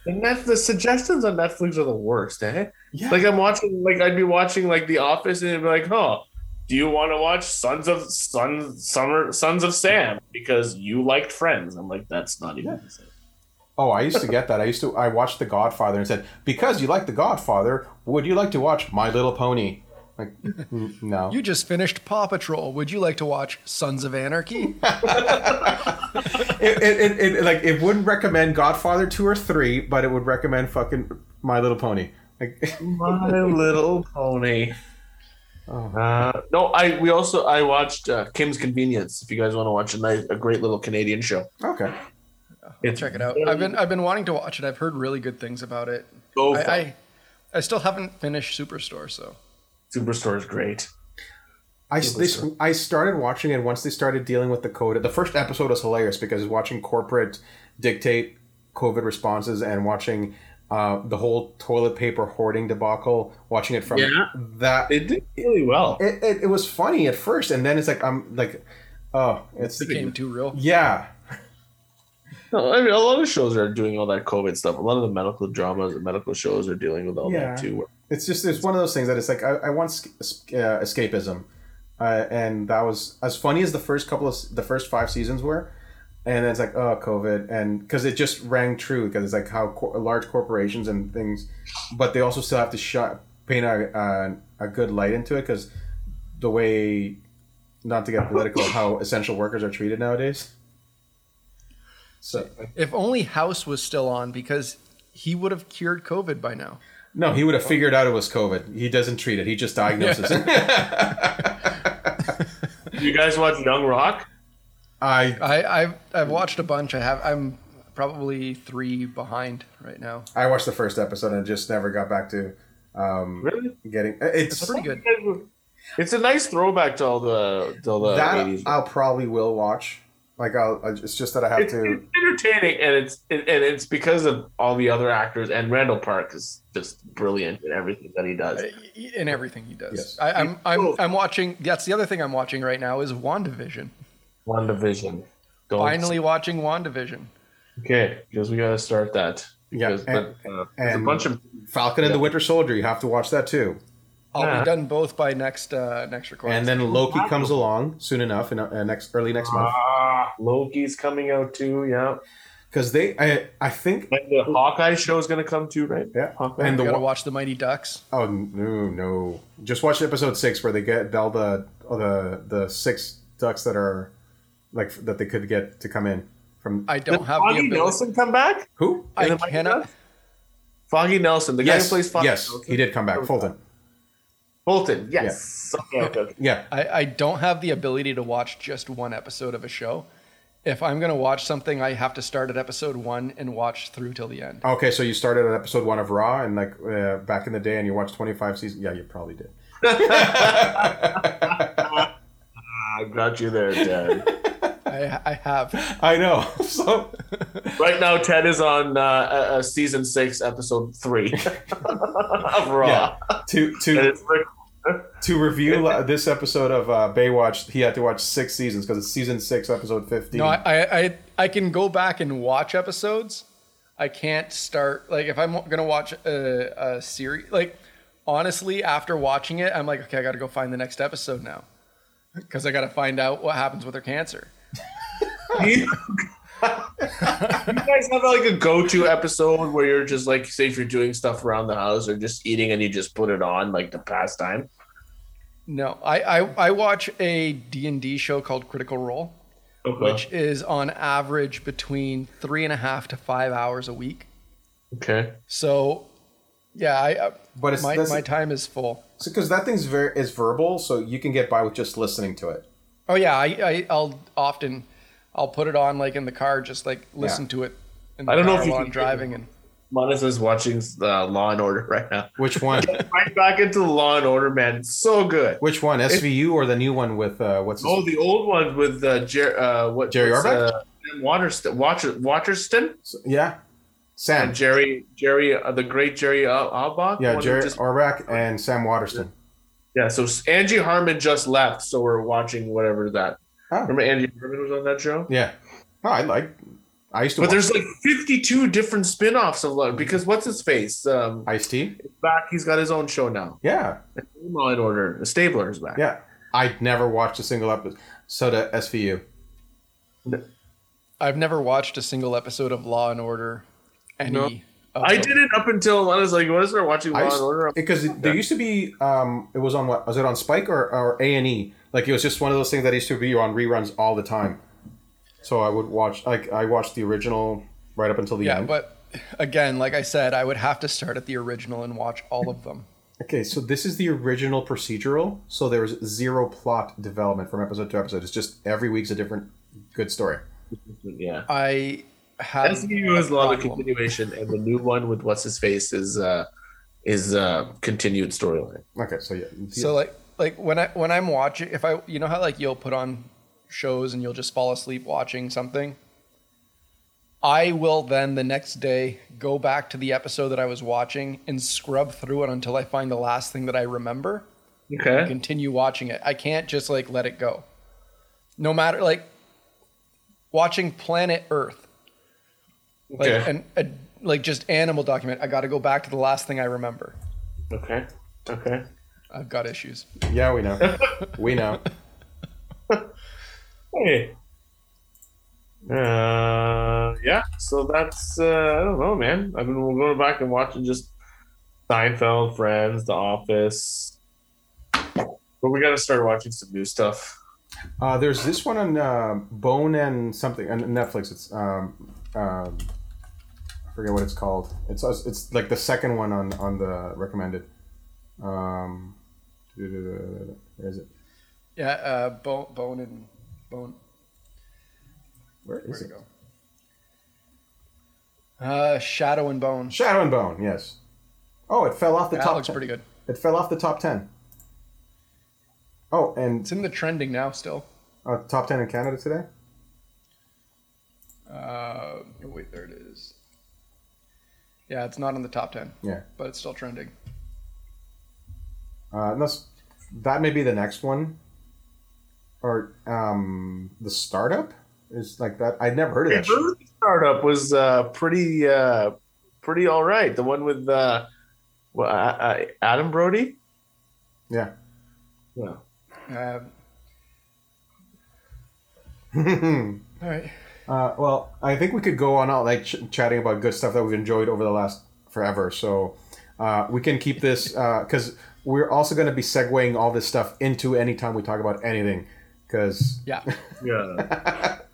Speaker 1: net, the suggestions on Netflix are the worst, eh?
Speaker 2: Yeah.
Speaker 1: Like I'm watching, like I'd be watching like The Office, and it'd be like, "Oh, do you want to watch Sons of Sons Summer Sons of Sam because you liked Friends?" I'm like, "That's not even." the same."
Speaker 2: oh, I used to get that. I used to. I watched The Godfather and said, because you like The Godfather, would you like to watch My Little Pony? Like, n- no.
Speaker 3: You just finished Paw Patrol. Would you like to watch Sons of Anarchy?
Speaker 2: it, it, it, it- like it wouldn't recommend Godfather two or three, but it would recommend fucking My Little Pony. Like,
Speaker 1: My Little Pony.
Speaker 2: oh.
Speaker 1: Uh, no, I we also I watched uh, Kim's Convenience. If you guys want to watch a nice, a great little Canadian show,
Speaker 2: okay.
Speaker 1: it's
Speaker 3: Check it out. I've been I've been wanting to watch it. I've heard really good things about it.
Speaker 1: so
Speaker 3: I,
Speaker 1: fun.
Speaker 3: I I still haven't finished Superstore, so
Speaker 1: Superstore is great.
Speaker 2: I, they, I started watching it once they started dealing with the code. The first episode was hilarious because watching corporate dictate COVID responses and watching uh, the whole toilet paper hoarding debacle, watching it from
Speaker 1: Yeah.
Speaker 2: that.
Speaker 1: They did really well.
Speaker 2: It, it, it was funny at first, and then it's like, I'm like, oh, it's.
Speaker 3: it became too real.
Speaker 2: Yeah.
Speaker 1: No, I mean, a lot of shows are doing all that COVID stuff. A lot of the medical dramas and medical shows are dealing with all
Speaker 2: Yeah.
Speaker 1: that too.
Speaker 2: It's just, it's one of those things that it's like, I, I want sca- uh, escapism. Uh, and that was as funny as the first couple of, s- the first five seasons were. and then it's like oh covid and because it just rang true because it's like how cor- large corporations and things but they also still have to shut paint a, uh, a good light into it because the way not to get political how essential workers are treated nowadays so
Speaker 3: If only House was still on because he would have cured COVID by now.
Speaker 2: no he would have figured out it was covid he doesn't treat it he just diagnoses it
Speaker 1: You guys watch Young Rock?
Speaker 2: i
Speaker 3: I, I've I've watched a bunch. I have I'm probably three behind right now.
Speaker 2: i watched the first episode and just never got back to um
Speaker 1: Really?
Speaker 2: getting it's
Speaker 3: It's pretty good.
Speaker 1: It's a nice throwback to all the to all the
Speaker 3: Uh,
Speaker 2: that
Speaker 1: 80s.
Speaker 2: I'll probably will watch. Like I'll, I- it's just that I have
Speaker 1: it's,
Speaker 2: to.
Speaker 1: it's entertaining, and it's and and it's because of all the other actors. And Randall Park is just brilliant in everything that he does.
Speaker 3: Uh, In everything he does.
Speaker 2: Yes.
Speaker 3: I, I'm I'm I'm watching that's the other thing I'm watching right now is WandaVision.
Speaker 1: One division.
Speaker 3: Finally watching WandaVision.
Speaker 1: okay, because we got to start that.
Speaker 2: Yeah,
Speaker 1: Because,
Speaker 2: and
Speaker 1: but, uh, there's
Speaker 2: and-
Speaker 1: a bunch of
Speaker 2: Falcon and the
Speaker 1: Yeah.
Speaker 2: Winter Soldier. You have to watch that too.
Speaker 3: I'll
Speaker 1: Yeah.
Speaker 3: be done both by next uh next recording.
Speaker 2: And then Loki comes along soon enough in uh, next early next month
Speaker 1: ah, Loki's coming out too. Yeah,
Speaker 2: because they. I, I think.
Speaker 1: and the Hawkeye show is going to come too, right?
Speaker 2: Yeah,
Speaker 1: Hawkeye.
Speaker 2: and
Speaker 3: we
Speaker 2: the
Speaker 3: gotta
Speaker 2: wa-
Speaker 3: watch the Mighty Ducks.
Speaker 2: oh no no just watch episode six where they get all the all the the six ducks that are like that they could get to come in from
Speaker 3: I don't
Speaker 1: Did
Speaker 3: have the
Speaker 1: Foggy
Speaker 3: ability.
Speaker 1: Nelson come back?
Speaker 2: who
Speaker 3: I
Speaker 1: in the Mighty
Speaker 3: cannot.
Speaker 1: Ducks? Foggy Nelson, the guy who
Speaker 2: yes
Speaker 1: plays Foggy
Speaker 2: yes
Speaker 1: Nelson.
Speaker 2: he did come back Fulton
Speaker 1: Bolton, yes. Okay, okay, okay.
Speaker 2: yeah
Speaker 3: I, I don't have the ability to watch just one episode of a show. If I'm gonna watch something, I have to start at episode one and watch through till the end.
Speaker 2: okay so you started at episode one of Raw and like uh, back in the day and you watched twenty five seasons yeah you probably did
Speaker 1: I got you there, Ted.
Speaker 3: I, I have.
Speaker 2: I know. So
Speaker 1: right now, Ted is on uh, uh, season six, episode three of Raw.
Speaker 2: yeah, to
Speaker 1: And
Speaker 2: to
Speaker 1: it's Rick-
Speaker 2: to review uh, this episode of uh, Baywatch, he had to watch six seasons because it's season six, episode fifteen.
Speaker 3: No, I, I I I can go back and watch episodes. I can't start like if I'm gonna watch a, a series. Like honestly, after watching it, I'm like, okay, I gotta go find the next episode now because I gotta find out what happens with her cancer.
Speaker 1: you guys have like a go-to episode where you're just like, say, if you're doing stuff around the house or just eating, and you just put it on like the pastime.
Speaker 3: No, I I, I watch a D and D show called Critical Role. which is on average between three and a half to five hours a week.
Speaker 1: okay.
Speaker 3: So, yeah, I, uh,
Speaker 2: but it's
Speaker 3: my,
Speaker 2: because
Speaker 3: my time is full.
Speaker 2: that thing's very is verbal, so you can get by with just listening to it.
Speaker 3: Oh yeah, I, I I'll often I'll put it on like in the car, just like listen to it. In the
Speaker 1: I don't know
Speaker 3: car
Speaker 1: if you
Speaker 3: while
Speaker 1: can-
Speaker 3: I'm driving and
Speaker 1: Monis is watching uh, Law and Order right now.
Speaker 2: Which one?
Speaker 1: Right back into Law and Order, man. It's so good.
Speaker 2: Which one? SVU or the new one with uh, what's his
Speaker 1: Oh, the old one with uh, Jer- uh, what
Speaker 2: Jerry
Speaker 1: what's,
Speaker 2: Orbach?
Speaker 1: uh, Sam Waterston, Watcher, Waterston,
Speaker 2: Yeah, Sam.
Speaker 1: and Jerry, Jerry, uh, the great Jerry uh, Orbach.
Speaker 2: yeah,
Speaker 1: One
Speaker 2: Jerry
Speaker 1: just-
Speaker 2: Orbach and Sam Waterston.
Speaker 1: yeah. So Angie Harmon just left, so we're watching whatever that.
Speaker 2: Oh.
Speaker 1: Remember Angie Harmon was on that show.
Speaker 2: Yeah, no, I like. I used to.
Speaker 1: But
Speaker 2: watch
Speaker 1: there's like 52 different spin-offs of Love because what's his face? Um,
Speaker 2: Ice Tea.
Speaker 1: back, he's got his own show now.
Speaker 2: Yeah,
Speaker 1: Law and Order. Stabler's back.
Speaker 2: yeah. I never watched a single episode of SVU.
Speaker 3: I've never watched a single episode of Law and Order. Any?
Speaker 1: No.
Speaker 3: of
Speaker 1: I
Speaker 3: them.
Speaker 1: did it up until I was like, when I started watching Law
Speaker 2: I
Speaker 1: and
Speaker 2: s-
Speaker 1: Order, I'm
Speaker 2: because there used to be um it was on what was it on spike or or a&e like it was just one of those things that used to be on reruns all the time so i would watch like i watched the original right up until the
Speaker 3: Yeah,
Speaker 2: end
Speaker 3: but again, like I said, I would have to start at the original and watch all of them.
Speaker 2: okay so this is the original procedural so there's zero plot development from episode to episode it's just every week's a different good story
Speaker 1: yeah.
Speaker 3: I have
Speaker 1: SVU is a lot of
Speaker 3: problem.
Speaker 1: continuation, and the new one with what's his face is uh is uh continued storyline.
Speaker 2: okay so yeah
Speaker 3: So like like when I when I'm watching if I you know how like you'll put on shows and you'll just fall asleep watching something I will then the next day go back to the episode that I was watching and scrub through it until I find the last thing that I remember and
Speaker 1: Okay.
Speaker 3: continue watching it. I can't just like let it go. No matter like watching Planet Earth like
Speaker 1: Okay.
Speaker 3: an a, like just animal document I got to go back to the last thing I remember.
Speaker 1: Okay. Okay.
Speaker 3: I've got issues.
Speaker 2: yeah we know we know
Speaker 1: Hey. Uh, yeah. So that's uh, I don't know, man. I've been going back and watching just Seinfeld, Friends, The Office. But we got to start watching some new stuff.
Speaker 2: uh, there's this one on uh, bone and something on netflix it's um, um, i forget what it's called it's uh, it's like the second one on on the recommended um, where is it
Speaker 3: Yeah, uh, bone, bone, and bone.
Speaker 2: where
Speaker 3: Where
Speaker 2: is
Speaker 3: to
Speaker 2: it
Speaker 3: go? Uh, Shadow and Bone.
Speaker 2: shadow and bone yes oh it fell off the
Speaker 3: That
Speaker 2: top
Speaker 3: looks
Speaker 2: 10.
Speaker 3: pretty good.
Speaker 2: it fell off the top 10 oh and
Speaker 3: It's in the trending now still.
Speaker 2: uh, top 10 in canada today
Speaker 3: Uh, wait, there it is. Yeah, it's not in the top ten.
Speaker 2: Yeah.
Speaker 3: but it's still trending.
Speaker 2: Uh, and that's, that may be the next one, or um, the startup is like that. I'd never heard of that.
Speaker 1: The
Speaker 2: shit.
Speaker 1: early startup was uh, pretty uh, pretty all right. The one with uh, well, uh, uh, Adam Brody.
Speaker 2: Yeah.
Speaker 1: Yeah.
Speaker 3: Uh, all right.
Speaker 2: uh, well, I think we could go on all like ch- chatting about good stuff that we've enjoyed over the last forever. So uh, we can keep this because we're also going to be segueing all this stuff into any time we talk about anything. Because
Speaker 3: Yeah.
Speaker 1: Yeah. like,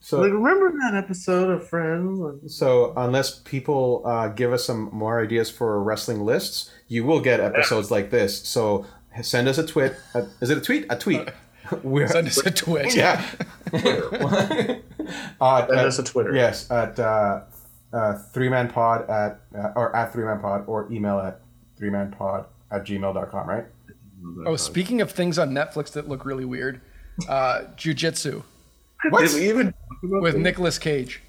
Speaker 2: so
Speaker 1: remember that episode of Friends?
Speaker 2: so unless people uh, give us some more ideas for wrestling lists, you will get episodes like this. So send us a tweet. A, is it a tweet? A tweet. We're,
Speaker 3: Send us a Twitch.
Speaker 2: yeah. uh,
Speaker 1: Send
Speaker 2: uh,
Speaker 1: us a Twitter.
Speaker 2: yes, at uh, uh, three man pod at uh, or at three man pod or email at three man pod at gmail.com, right?
Speaker 3: Oh, speaking of things on Netflix that look really weird, uh, Jujitsu
Speaker 1: Did
Speaker 2: What?
Speaker 1: we even talk about
Speaker 3: with
Speaker 1: that?
Speaker 3: Nicolas Cage.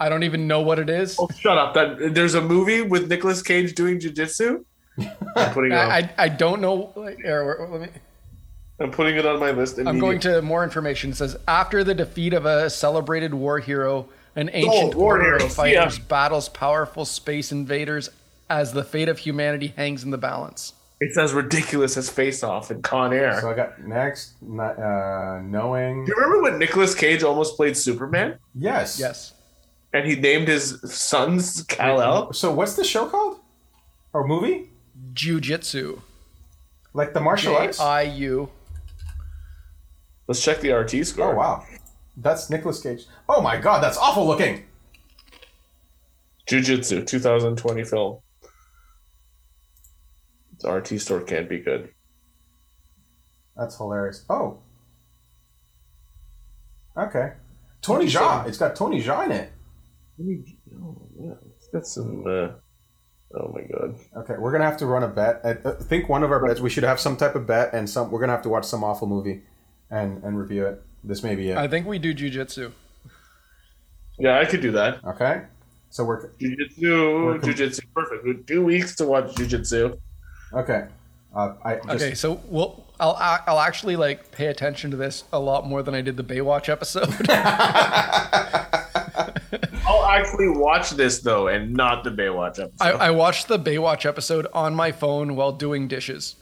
Speaker 3: I don't even know what it is.
Speaker 1: Oh, shut up! That there's a movie with Nicolas Cage doing jujitsu. I'm putting it on,
Speaker 3: I, I, I don't know. Like, or, let me.
Speaker 1: I'm putting it on my list.
Speaker 3: I'm going to more information. It says after the defeat of a celebrated war hero, an ancient
Speaker 1: Oh, war
Speaker 3: order
Speaker 1: hero,
Speaker 3: of fighters
Speaker 1: yeah.
Speaker 3: battles powerful space invaders as the fate of humanity hangs in the balance.
Speaker 1: It's as ridiculous as Face Off and Con Air.
Speaker 2: So I got next, n- uh, knowing.
Speaker 1: Do you remember when Nicolas Cage almost played Superman
Speaker 2: Yes.
Speaker 3: Yes.
Speaker 1: and he named his sons Kal El?
Speaker 2: So what's the show called? Or movie?
Speaker 3: Jiu-Jitsu.
Speaker 2: Like the martial arts?
Speaker 3: uh, J-I-U.
Speaker 1: Let's check the RT score.
Speaker 2: Oh wow, that's Nicolas Cage. Oh my god, that's awful looking.
Speaker 1: Jujitsu, 2020 film. The RT store can't be good.
Speaker 2: That's hilarious. Oh, okay. Tony Jaa. It's got Tony Jaa in it.
Speaker 1: Oh, yeah. That's some. Uh, oh my god.
Speaker 2: Okay, we're gonna have to run a bet. I I think one of our bets we should have some type of bet, and some we're gonna have to watch some awful movie, and and review it. This may be it.
Speaker 3: I think we do jujitsu.
Speaker 1: Yeah, I could do that.
Speaker 2: Okay, so we're
Speaker 1: Jujitsu,
Speaker 2: com-
Speaker 1: jujitsu, perfect. We're Two weeks to watch jujitsu.
Speaker 2: okay. Uh, I just,
Speaker 3: Okay, so we'll I'll a- I'll actually like pay attention to this a lot more than I did the Baywatch episode.
Speaker 1: I'll actually watch this though, and not the Baywatch episode.
Speaker 3: I, I watched the Baywatch episode on my phone while doing dishes,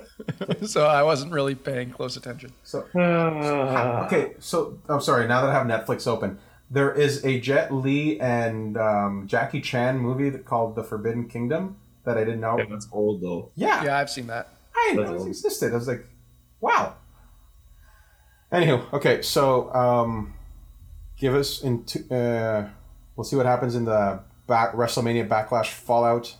Speaker 3: so I wasn't really paying close attention.
Speaker 2: So
Speaker 1: Ah.
Speaker 2: okay, so I'm sorry. Now that I have Netflix open, there is a Jet Li and um, Jackie Chan movie that called The Forbidden Kingdom that I didn't know.
Speaker 1: Yeah, that's old though.
Speaker 2: Yeah,
Speaker 3: Yeah, I've seen that.
Speaker 2: I didn't know it existed. I was like, wow. Anywho, okay, so um, give us into. Uh, we'll see what happens in the back WrestleMania Backlash Fallout.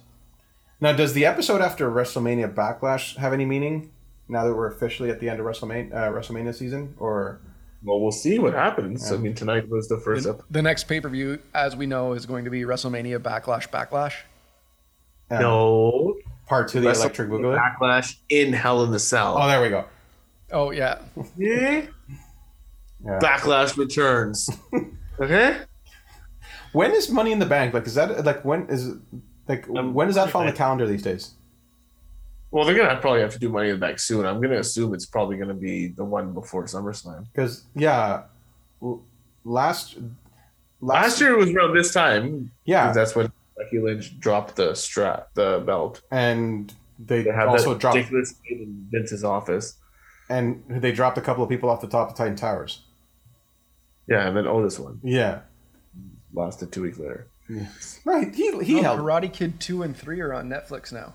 Speaker 2: Now, does the episode after WrestleMania Backlash have any meaning? Now that we're officially at the end of WrestleMania, uh, WrestleMania season, or
Speaker 1: Well, we'll see what happens. I mean, tonight was the first episode.
Speaker 3: The next pay per view, as we know, is going to be WrestleMania Backlash Backlash.
Speaker 2: uh,
Speaker 1: No,
Speaker 2: part two, the Electric Boogaloo?
Speaker 1: backlash in Hell in the Cell.
Speaker 2: Oh, there we go.
Speaker 3: Oh yeah,
Speaker 1: Yeah.
Speaker 2: Yeah.
Speaker 1: Backlash returns. okay.
Speaker 2: When is Money in the Bank? Like, is that like when is like
Speaker 1: Um,
Speaker 2: when does that fall on the calendar these days?
Speaker 1: Well, they're gonna probably have to do Money in the Bank soon. I'm gonna assume it's probably gonna be the one before SummerSlam.
Speaker 2: Because yeah, l- last
Speaker 1: Last year was around this time.
Speaker 2: yeah,
Speaker 1: 'cause That's when Becky Lynch dropped the strap, the belt.
Speaker 2: and they,
Speaker 1: They had
Speaker 2: also
Speaker 1: that
Speaker 2: dropped
Speaker 1: ridiculous feud in Vince's office.
Speaker 2: and they dropped a couple of people off the top of Titan Towers.
Speaker 1: Yeah, and then Otis won.
Speaker 2: Yeah,
Speaker 1: Lost it two weeks later.
Speaker 2: right. He he
Speaker 3: Oh,
Speaker 2: held.
Speaker 3: Karate Kid two and three are on Netflix now.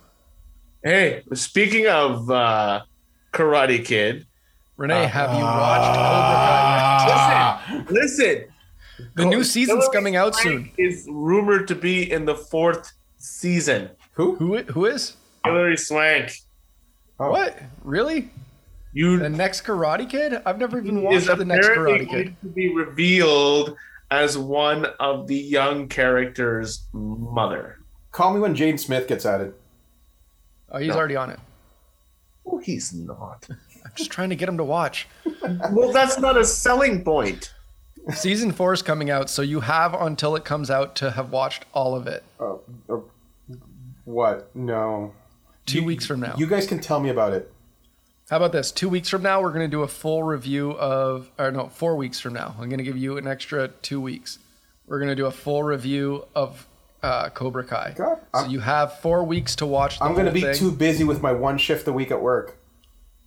Speaker 1: Hey, speaking of uh, Karate Kid,
Speaker 3: Renee, have you
Speaker 2: uh,
Speaker 3: watched Cobra
Speaker 1: listen,
Speaker 3: Kai? The new season's
Speaker 1: Hillary
Speaker 3: coming out soon.
Speaker 1: Frank Is rumored to be in the fourth season.
Speaker 2: Who?
Speaker 3: Who i- who is?
Speaker 1: Hillary Swank.
Speaker 2: Oh.
Speaker 3: What? Really?
Speaker 1: You
Speaker 3: The next Karate Kid? I've never even
Speaker 1: is
Speaker 3: watched the next
Speaker 1: apparently
Speaker 3: Karate Kid.
Speaker 1: going to be revealed as one of the young character's mother.
Speaker 2: Call me when Jane Smith gets added.
Speaker 3: Oh, he's
Speaker 1: No.
Speaker 3: already on it.
Speaker 1: Oh, he's not.
Speaker 3: I'm just trying to get him to watch.
Speaker 1: well, that's not a selling point.
Speaker 3: Season four is coming out, so you have until it comes out to have watched all of it.
Speaker 2: Oh, oh, what? No.
Speaker 3: Two weeks from now.
Speaker 2: You guys can tell me about it.
Speaker 3: How about this? Two weeks from now, we're going to do a full review of, or no, four weeks from now. I'm going to give you an extra two weeks. We're going to do a full review of uh, Cobra Kai.
Speaker 2: God,
Speaker 3: so
Speaker 2: I'm-
Speaker 3: you have four weeks to watch. The
Speaker 2: I'm going to be
Speaker 3: whole thing.
Speaker 2: too busy with my one shift a week at work.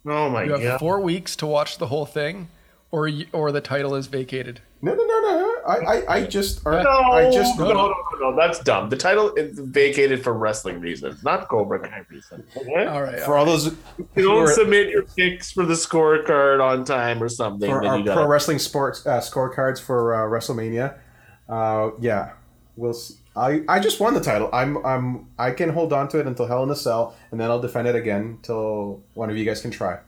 Speaker 1: Oh my
Speaker 3: You have
Speaker 1: god.
Speaker 3: four weeks to watch the whole thing, or y- or the title is vacated.
Speaker 2: No, no, no, no. no. I, I, I just,
Speaker 1: No,
Speaker 2: I just,
Speaker 1: no, no, no, no, that's dumb. The title is vacated for wrestling reasons, not Cobra Kai reasons. Okay?
Speaker 3: All right.
Speaker 2: for all those
Speaker 1: you
Speaker 2: who
Speaker 1: don't
Speaker 2: are-
Speaker 1: submit your picks for the scorecard on time or something.
Speaker 2: for
Speaker 1: then
Speaker 2: our
Speaker 1: you
Speaker 2: pro
Speaker 1: gotta,
Speaker 2: wrestling sports uh, scorecards for uh, WrestleMania. Uh, yeah, we'll. See. I I just won the title. I'm I'm I can hold on to it until Hell in a Cell, and then I'll defend it again till one of you guys can try.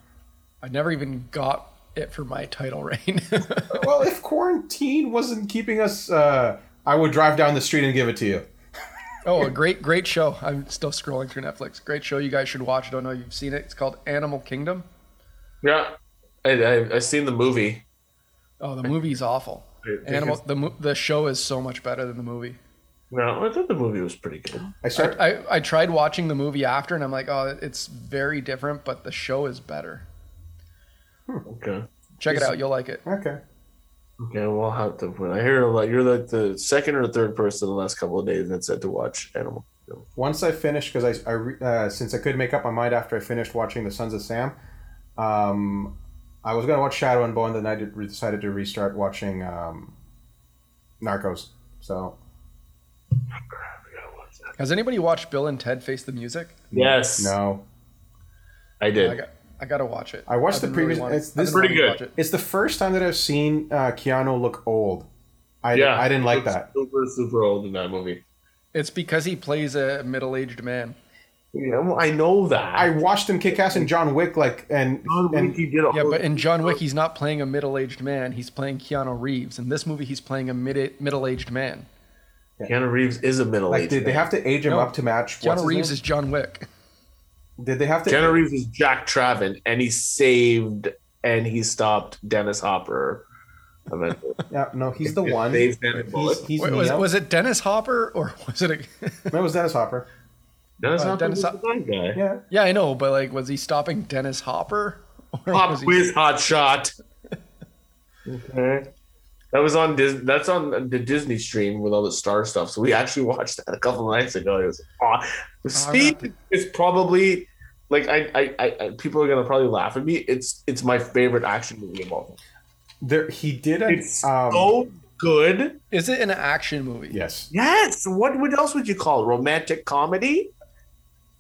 Speaker 3: I never even got it for my title reign.
Speaker 2: Well, if quarantine wasn't keeping us, uh, I would drive down the street and give it to you.
Speaker 3: oh, a great, great show. I'm still scrolling through Netflix. Great show. You guys should watch. I don't know if you've seen it. It's called Animal Kingdom.
Speaker 1: yeah, I, I, I've seen the movie.
Speaker 3: Oh, the movie's awful. Animal. The mo- the show is so much better than the movie.
Speaker 1: No, I thought the movie was pretty good.
Speaker 2: I start.
Speaker 3: I, I tried watching the movie after, and I'm like, oh, it's very different, but the show is better.
Speaker 1: Okay.
Speaker 3: Check it out. You'll like it.
Speaker 2: Okay.
Speaker 1: Okay, we'll have to. When I hear a lot, you're like the second or third person in the last couple of days that said to watch Animal. Kingdom.
Speaker 2: once I finished, because I, I re- uh, since I couldn't make up my mind after I finished watching The Sons of Sam, um, I was gonna watch Shadow and Bone, then I did, decided to restart watching um, Narcos. So
Speaker 3: Has anybody watched Bill and Ted Face the Music?
Speaker 1: Yes,
Speaker 2: no,
Speaker 1: I did.
Speaker 3: I got I gotta watch it.
Speaker 2: I watched
Speaker 3: I've
Speaker 2: the
Speaker 3: been
Speaker 2: previous-
Speaker 3: wanting-
Speaker 2: it's-
Speaker 3: I've
Speaker 2: this
Speaker 3: been
Speaker 1: is pretty
Speaker 3: wanting to
Speaker 1: good.
Speaker 3: watch
Speaker 2: it's the first time that I've seen uh, Keanu look old. I
Speaker 1: yeah,
Speaker 2: I didn't like
Speaker 1: He was
Speaker 2: that.
Speaker 1: Super, super old in that movie.
Speaker 3: it. It's because he plays a middle-aged man.
Speaker 1: Yeah, well, I know that.
Speaker 2: I watched him kick ass in John Wick, like and
Speaker 1: John Wick,
Speaker 2: and
Speaker 1: he did a
Speaker 3: Yeah,
Speaker 1: whole-
Speaker 3: but in John Wick, he's not playing a middle-aged man. He's playing Keanu Reeves. In this movie, he's playing a mid- middle-aged man.
Speaker 1: Keanu Reeves is a middle
Speaker 2: Like,
Speaker 1: aged.
Speaker 2: did they have to age him
Speaker 3: No.
Speaker 2: up to match? what's
Speaker 3: Keanu
Speaker 2: his
Speaker 3: Reeves
Speaker 2: name?
Speaker 3: is John Wick.
Speaker 2: Did they have to?
Speaker 1: Keanu Reeves was Jack Travin, and he saved and he stopped Dennis Hopper. eventually.
Speaker 2: yeah, no, he's the
Speaker 1: It
Speaker 2: one.
Speaker 1: saves Dennis Bullock.
Speaker 2: He's, he's
Speaker 3: Wait, was,
Speaker 2: Neo.
Speaker 3: was it Dennis Hopper or was it a?
Speaker 2: No, it was Dennis Hopper.
Speaker 1: Dennis
Speaker 3: Uh,
Speaker 1: Hopper
Speaker 3: Dennis
Speaker 1: was
Speaker 3: Hop-
Speaker 1: the one guy.
Speaker 2: Yeah,
Speaker 3: yeah, I know, but like, was he stopping Dennis Hopper? Or
Speaker 1: Pop
Speaker 3: was he-
Speaker 1: quiz, hot shot. Okay. That was on Disney. That's on the Disney stream with all the star stuff. So we actually watched that a couple of nights ago. It was aw- Steve is probably like I, I, I, I. People are gonna probably laugh at me. It's it's my favorite action movie of all time.
Speaker 2: there he did. An,
Speaker 1: It's
Speaker 2: um,
Speaker 1: so good.
Speaker 3: Is it an action movie?
Speaker 2: yes,
Speaker 1: Yes. What what else would you call it? romantic comedy,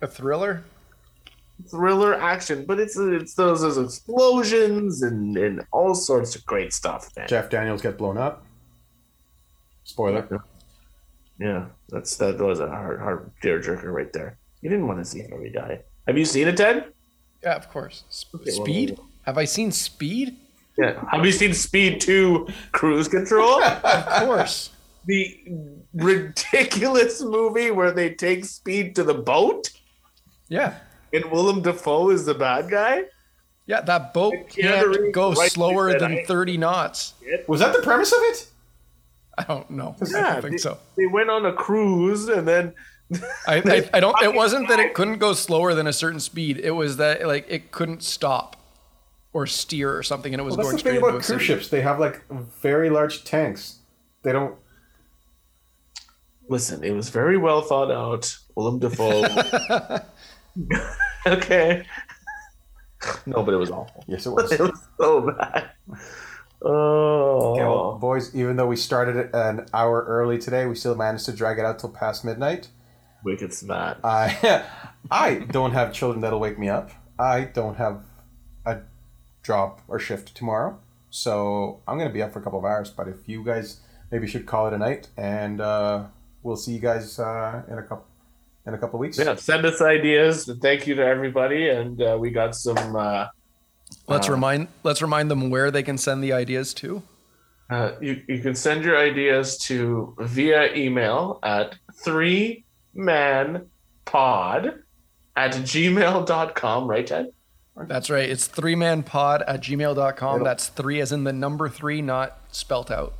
Speaker 3: A thriller?
Speaker 1: thriller, action? But it's it's those, those explosions and and all sorts of great stuff. Man.
Speaker 2: Jeff Daniels gets blown up. Spoiler.
Speaker 1: Yeah, that's that was a hard hard tearjerker right there. You didn't want to see Harry die. Have you seen it, Ted?
Speaker 3: Yeah, of course. Sp-
Speaker 1: Okay, well,
Speaker 3: Speed? Have I seen Speed?
Speaker 1: Yeah. Have you seen Speed Two: Cruise Control?
Speaker 3: Of course.
Speaker 1: the ridiculous movie where they take Speed to the boat
Speaker 3: Yeah.
Speaker 1: and Willem Dafoe is the bad guy.
Speaker 3: Yeah, that boat
Speaker 1: Keanu
Speaker 3: can't
Speaker 1: Reeves
Speaker 3: go
Speaker 1: rightly
Speaker 3: slower
Speaker 1: said,
Speaker 3: than
Speaker 1: I-
Speaker 3: 30 knots.
Speaker 2: Was that the premise of it?
Speaker 3: I don't know. I
Speaker 1: Yeah,
Speaker 3: don't think so.
Speaker 1: They went on a cruise and then
Speaker 3: I, I, I don't. It wasn't that it couldn't go slower than a certain speed. It was that like it couldn't stop or steer or something, and it was
Speaker 2: Well, that's the thing
Speaker 3: going straight into a
Speaker 2: about cruise
Speaker 3: city.
Speaker 2: ships. They have like very large tanks. They don't.
Speaker 1: listen, it was very well thought out. Willem Dafoe. okay. No, but it was awful.
Speaker 2: Yes, it was.
Speaker 1: It was so bad. Oh.
Speaker 2: Okay, well, boys, even though we started it an hour early today, we still managed to drag it out till past midnight.
Speaker 1: Wicked smart.
Speaker 2: I, I don't have children that'll wake me up. I don't have a job or shift tomorrow, so I'm gonna be up for a couple of hours. But if you guys maybe should call it a night, and uh, we'll see you guys uh, in a couple in a couple of weeks.
Speaker 1: Yeah, send us ideas. Thank you to everybody, and uh, we got some. Uh,
Speaker 3: Let's
Speaker 2: Uh,
Speaker 3: remind let's remind them where they can send the ideas to.
Speaker 1: uh, you you can send your ideas to via email at three man pod at gmail.com, right, Ted?
Speaker 3: That's right. It's three man pod at gmail.com.
Speaker 2: Yep.
Speaker 3: That's three as in the number three, not spelt out.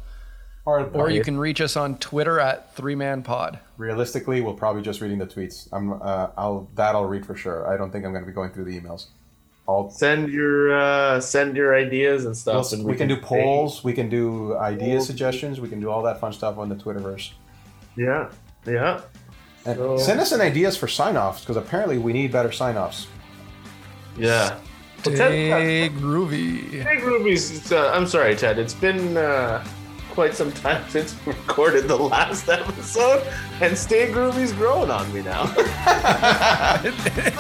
Speaker 2: Or,
Speaker 3: Or you can reach us on Twitter at three man pod.
Speaker 2: realistically, we'll probably just reading the tweets. I'm uh, I'll that I'll read for sure. I don't think I'm gonna be going through the emails. I'll
Speaker 1: Send your uh, send your ideas and
Speaker 2: We'll-
Speaker 1: stuff. and
Speaker 2: we can do
Speaker 1: take-
Speaker 2: polls. We can do idea
Speaker 1: Polls.
Speaker 2: suggestions. We can do all that fun stuff on the Twitterverse.
Speaker 1: Yeah, yeah.
Speaker 2: And
Speaker 1: So-
Speaker 2: send us some ideas for sign offs because apparently we need better sign offs.
Speaker 1: Yeah. Well, Ted,
Speaker 3: Hey, groovy.
Speaker 1: Big Ruby's. it's, Uh, I'm sorry, Ted. It's been uh, quite some time since we recorded the last episode, and Stay Groovy's growing on me now.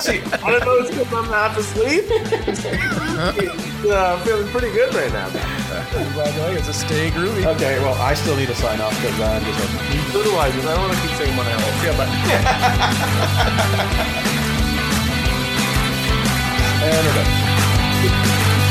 Speaker 2: See,
Speaker 1: I don't know. It's because I'm half asleep. It's, uh, feeling pretty good right now.
Speaker 3: It's a stay groovy.
Speaker 2: okay, well, I still need a sign off because I'm just like.
Speaker 1: So do I, because I don't want to keep saying my name. Yeah, but.
Speaker 2: And we're done.